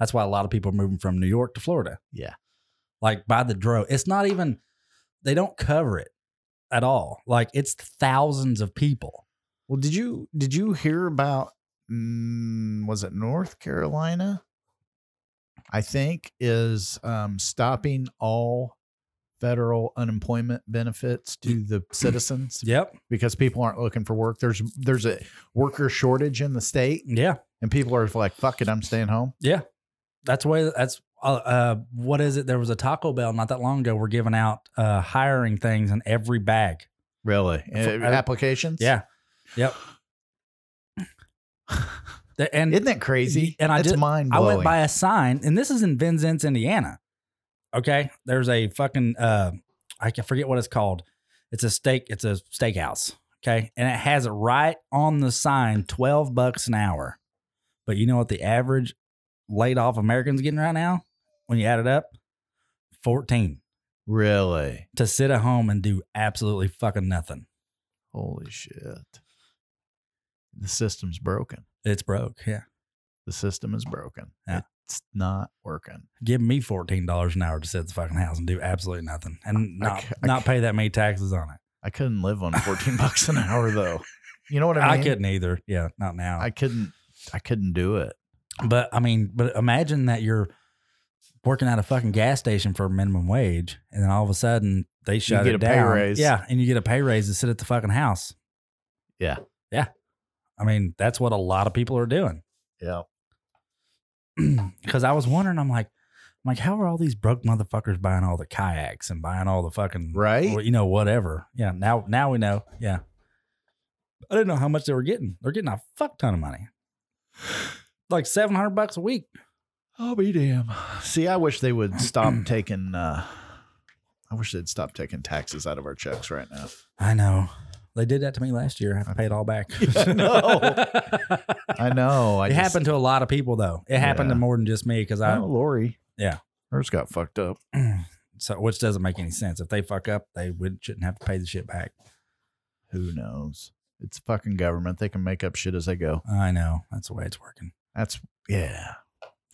[SPEAKER 4] that's why a lot of people are moving from New York to Florida.
[SPEAKER 7] Yeah.
[SPEAKER 4] Like by the dro, it's not even they don't cover it at all. Like it's thousands of people.
[SPEAKER 7] Well, did you did you hear about mm, was it North Carolina? I think is um, stopping all federal unemployment benefits to the citizens
[SPEAKER 4] Yep.
[SPEAKER 7] because people aren't looking for work. There's there's a worker shortage in the state,
[SPEAKER 4] Yeah.
[SPEAKER 7] and people are like, "Fuck it, I'm staying home."
[SPEAKER 4] Yeah. That's why that's uh, uh what is it? There was a Taco Bell not that long ago. We're giving out uh hiring things in every bag.
[SPEAKER 7] Really,
[SPEAKER 4] For-
[SPEAKER 7] applications?
[SPEAKER 4] Yeah. Yep. The- and
[SPEAKER 7] isn't that crazy?
[SPEAKER 4] And I
[SPEAKER 7] That's
[SPEAKER 4] did-
[SPEAKER 7] mind
[SPEAKER 4] I
[SPEAKER 7] blowing.
[SPEAKER 4] went by a sign, and this is in Vincennes, Indiana. Okay, there's a fucking uh, I can forget what it's called. It's a steak. It's a steakhouse. Okay, and it has it right on the sign, twelve bucks an hour. But you know what the average laid off Americans getting right now? When you add it up, fourteen
[SPEAKER 7] really,
[SPEAKER 4] to sit at home and do absolutely fucking nothing.
[SPEAKER 7] holy shit! The system's broken.
[SPEAKER 4] It's broke. Yeah,
[SPEAKER 7] The system is broken.
[SPEAKER 4] Yeah.
[SPEAKER 7] It's not working.
[SPEAKER 4] give me fourteen dollars an hour to sit at the fucking house and do absolutely nothing, and
[SPEAKER 7] I
[SPEAKER 4] not
[SPEAKER 7] ca- I
[SPEAKER 4] not pay that many taxes on it.
[SPEAKER 7] I couldn't live on 14 bucks an hour though. You know what I
[SPEAKER 4] I,
[SPEAKER 7] mean?
[SPEAKER 4] couldn't either. Yeah, not now.
[SPEAKER 7] I couldn't I couldn't do it.
[SPEAKER 4] but I mean, but imagine that you're working at a fucking gas station for minimum wage, and then all of a sudden they shut
[SPEAKER 7] get
[SPEAKER 4] it
[SPEAKER 7] a pay
[SPEAKER 4] down.
[SPEAKER 7] raise.
[SPEAKER 4] Yeah, and you get a pay raise to sit at the fucking house.
[SPEAKER 7] Yeah.
[SPEAKER 4] yeah. I mean, that's what a lot of people are doing.
[SPEAKER 7] Yeah.
[SPEAKER 4] Because I was wondering, I'm like, I'm like, how are all these broke motherfuckers buying all the kayaks and buying all the fucking
[SPEAKER 7] Right?
[SPEAKER 4] well, you know, whatever. Yeah. Now, now we know. Yeah. I didn't know how much they were getting. They're getting a fuck ton of money, like seven hundred bucks a week.
[SPEAKER 7] I'll be damn. See, I wish they would stop taking uh I wish they'd stop taking taxes out of our checks right now.
[SPEAKER 4] I know. They did that to me last year. I have to pay it all back.
[SPEAKER 7] I know. I know. I
[SPEAKER 4] it
[SPEAKER 7] just-
[SPEAKER 4] happened to a lot of people though. It happened to
[SPEAKER 7] Yeah.
[SPEAKER 4] more than just me because I.
[SPEAKER 7] Oh, Lori.
[SPEAKER 4] Yeah.
[SPEAKER 7] Hers got fucked up.
[SPEAKER 4] So, which doesn't make any sense. If they fuck up, they would, shouldn't have to pay the shit back.
[SPEAKER 7] Who knows? It's fucking government. They can make up shit as they go.
[SPEAKER 4] I know. That's the way it's working.
[SPEAKER 7] That's yeah.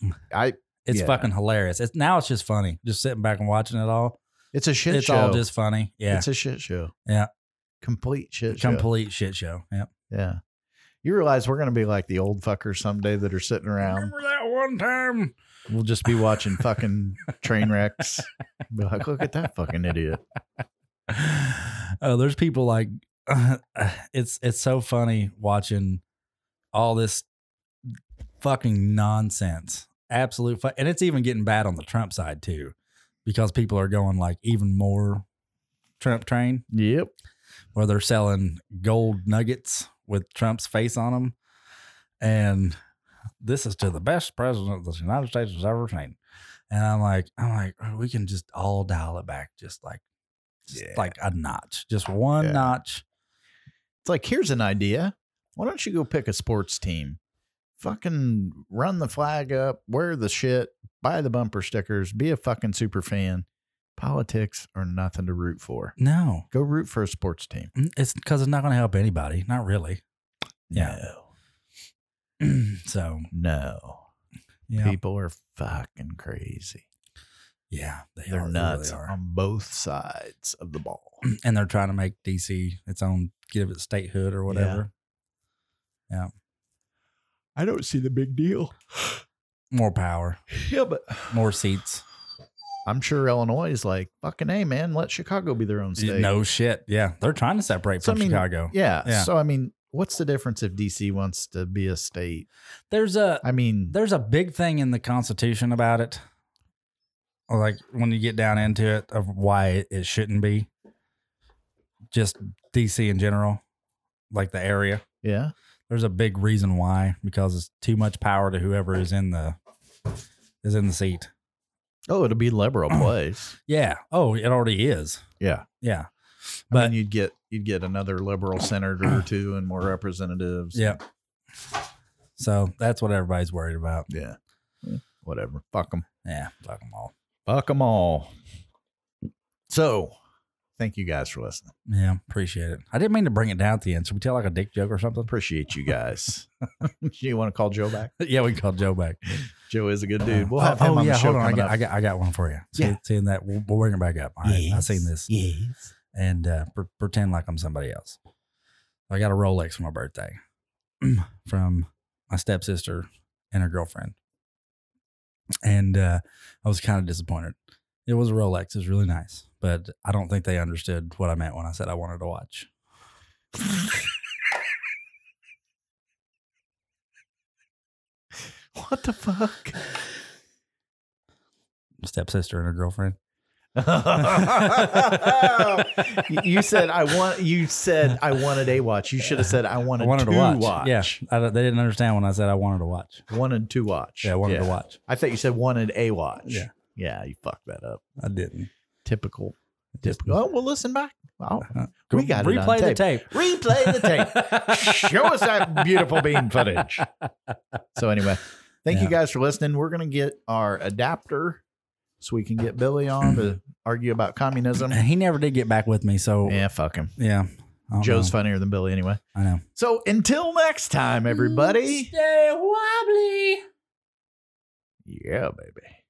[SPEAKER 4] Hmm.
[SPEAKER 7] I
[SPEAKER 4] It's
[SPEAKER 7] Yeah.
[SPEAKER 4] fucking hilarious. It's now it's just funny. Just sitting back and watching it all.
[SPEAKER 7] it's a shit
[SPEAKER 4] it's
[SPEAKER 7] show.
[SPEAKER 4] all just funny. Yeah.
[SPEAKER 7] It's a shit show.
[SPEAKER 4] Yeah.
[SPEAKER 7] Complete shit show.
[SPEAKER 4] complete shit show. Yep.
[SPEAKER 7] Yeah. You realize we're going to be like the old fuckers someday that are sitting around.
[SPEAKER 4] Remember that one time?
[SPEAKER 7] We'll just be watching fucking train wrecks. Be like, look at that fucking idiot.
[SPEAKER 4] Oh, there's people like it's it's so funny watching all this fucking nonsense. Absolute fu- and it's even getting bad on the Trump side too because people are going like even more Trump train.
[SPEAKER 7] Yep.
[SPEAKER 4] where they're selling gold nuggets with Trump's face on them. And this is to the best president the United States has ever seen. And I'm like, I'm like, "Oh, we can just all dial it back, just like, just like a notch, just one
[SPEAKER 7] Yeah.
[SPEAKER 4] notch.
[SPEAKER 7] It's like, here's an idea. Why don't you go pick a sports team? Fucking run the flag up, wear the shit, buy the bumper stickers, be a fucking super fan. Politics are nothing to root for.
[SPEAKER 4] No, Mm,
[SPEAKER 7] Go root for a sports team.
[SPEAKER 4] it's because it's not going to help anybody, not really. Yeah. so
[SPEAKER 7] No. No.
[SPEAKER 4] yeah,
[SPEAKER 7] People are fucking crazy.
[SPEAKER 4] yeah, they
[SPEAKER 7] They are
[SPEAKER 4] are, they really
[SPEAKER 7] nuts Um
[SPEAKER 4] are.
[SPEAKER 7] on both sides of the ball.
[SPEAKER 4] and they're trying to make DC its own, give it statehood or whatever.
[SPEAKER 7] I don't see the big deal.
[SPEAKER 4] More power,
[SPEAKER 7] Yeah, but
[SPEAKER 4] more seats.
[SPEAKER 7] I'm sure Illinois is like, fucking hey man, let Chicago be their own state.
[SPEAKER 4] No shit. Yeah, they're trying to separate
[SPEAKER 7] So, I
[SPEAKER 4] from
[SPEAKER 7] mean,
[SPEAKER 4] Chicago.
[SPEAKER 7] Yeah.
[SPEAKER 4] Yeah.
[SPEAKER 7] So I mean, what's the difference if DC wants to be a state?
[SPEAKER 4] There's a
[SPEAKER 7] I mean,
[SPEAKER 4] there's a big thing in the Constitution about it. Like when you get down into it of why it- it shouldn't be. Just DC in general, like the area.
[SPEAKER 7] yeah.
[SPEAKER 4] There's a big reason why because it's too much power to whoever is in the is in the seat.
[SPEAKER 7] Oh, it'll be liberal place.
[SPEAKER 4] Yeah. Oh, it already is.
[SPEAKER 7] Yeah.
[SPEAKER 4] Yeah.
[SPEAKER 7] But
[SPEAKER 4] But-
[SPEAKER 7] you'd get you'd get another liberal senator or two and more representatives.
[SPEAKER 4] Yeah. So that's what everybody's worried about.
[SPEAKER 7] Yeah. Eh, Whatever. Fuck them.
[SPEAKER 4] Yeah. Fuck them all.
[SPEAKER 7] Fuck them all. So, thank you guys for listening.
[SPEAKER 4] Yeah. Appreciate it. I didn't mean to bring it down at the end. Should we tell like a dick joke or something?
[SPEAKER 7] Appreciate you guys. you want to call Joe back?
[SPEAKER 4] yeah. We can call Joe back.
[SPEAKER 7] Joe is a good dude. We'll
[SPEAKER 4] oh,
[SPEAKER 7] have him
[SPEAKER 4] oh,
[SPEAKER 7] on
[SPEAKER 4] yeah,
[SPEAKER 7] the show.
[SPEAKER 4] hold on. I
[SPEAKER 7] coming
[SPEAKER 4] got,
[SPEAKER 7] up.
[SPEAKER 4] I got I got one for you. See,
[SPEAKER 7] Yeah.
[SPEAKER 4] Seeing that we'll, we'll bring it back up. All right. I've seen this.
[SPEAKER 7] Yes.
[SPEAKER 4] And uh, pre- pretend like I'm somebody else. I got a Rolex for my birthday from my stepsister and her girlfriend. And uh, I was kind of disappointed. It was a Rolex. It was really nice, but I don't think they understood what I meant when I said I wanted to watch.
[SPEAKER 7] What the fuck?
[SPEAKER 4] Stepsister and her girlfriend.
[SPEAKER 7] you said I want. You said I wanted a watch. You should have said I wanted,
[SPEAKER 4] I wanted
[SPEAKER 7] to,
[SPEAKER 4] to watch.
[SPEAKER 7] watch.
[SPEAKER 4] Yeah, I, don't- they didn't understand when I said I wanted to watch.
[SPEAKER 7] wanted to watch.
[SPEAKER 4] Yeah, I wanted to watch.
[SPEAKER 7] I thought you said wanted a watch.
[SPEAKER 4] Yeah.
[SPEAKER 7] yeah. You fucked that up.
[SPEAKER 4] I didn't.
[SPEAKER 7] Typical.
[SPEAKER 4] Just-
[SPEAKER 7] Typical. Oh, well, listen back. Wow.
[SPEAKER 4] Go
[SPEAKER 7] We got it on
[SPEAKER 4] replay the
[SPEAKER 7] tape.
[SPEAKER 4] tape.
[SPEAKER 7] Replay the tape. Show us that beautiful beam footage. So anyway, thank you
[SPEAKER 4] Yeah.
[SPEAKER 7] guys for listening. We're gonna get our adapter so we can get Billy on to argue about communism.
[SPEAKER 4] He never did get back with me, so yeah.
[SPEAKER 7] Yeah, fuck him.
[SPEAKER 4] I don't
[SPEAKER 7] Joe's
[SPEAKER 4] know.
[SPEAKER 7] funnier than Billy anyway.
[SPEAKER 4] I know.
[SPEAKER 7] So until next time, everybody.
[SPEAKER 4] Stay wobbly.
[SPEAKER 7] Yeah, baby.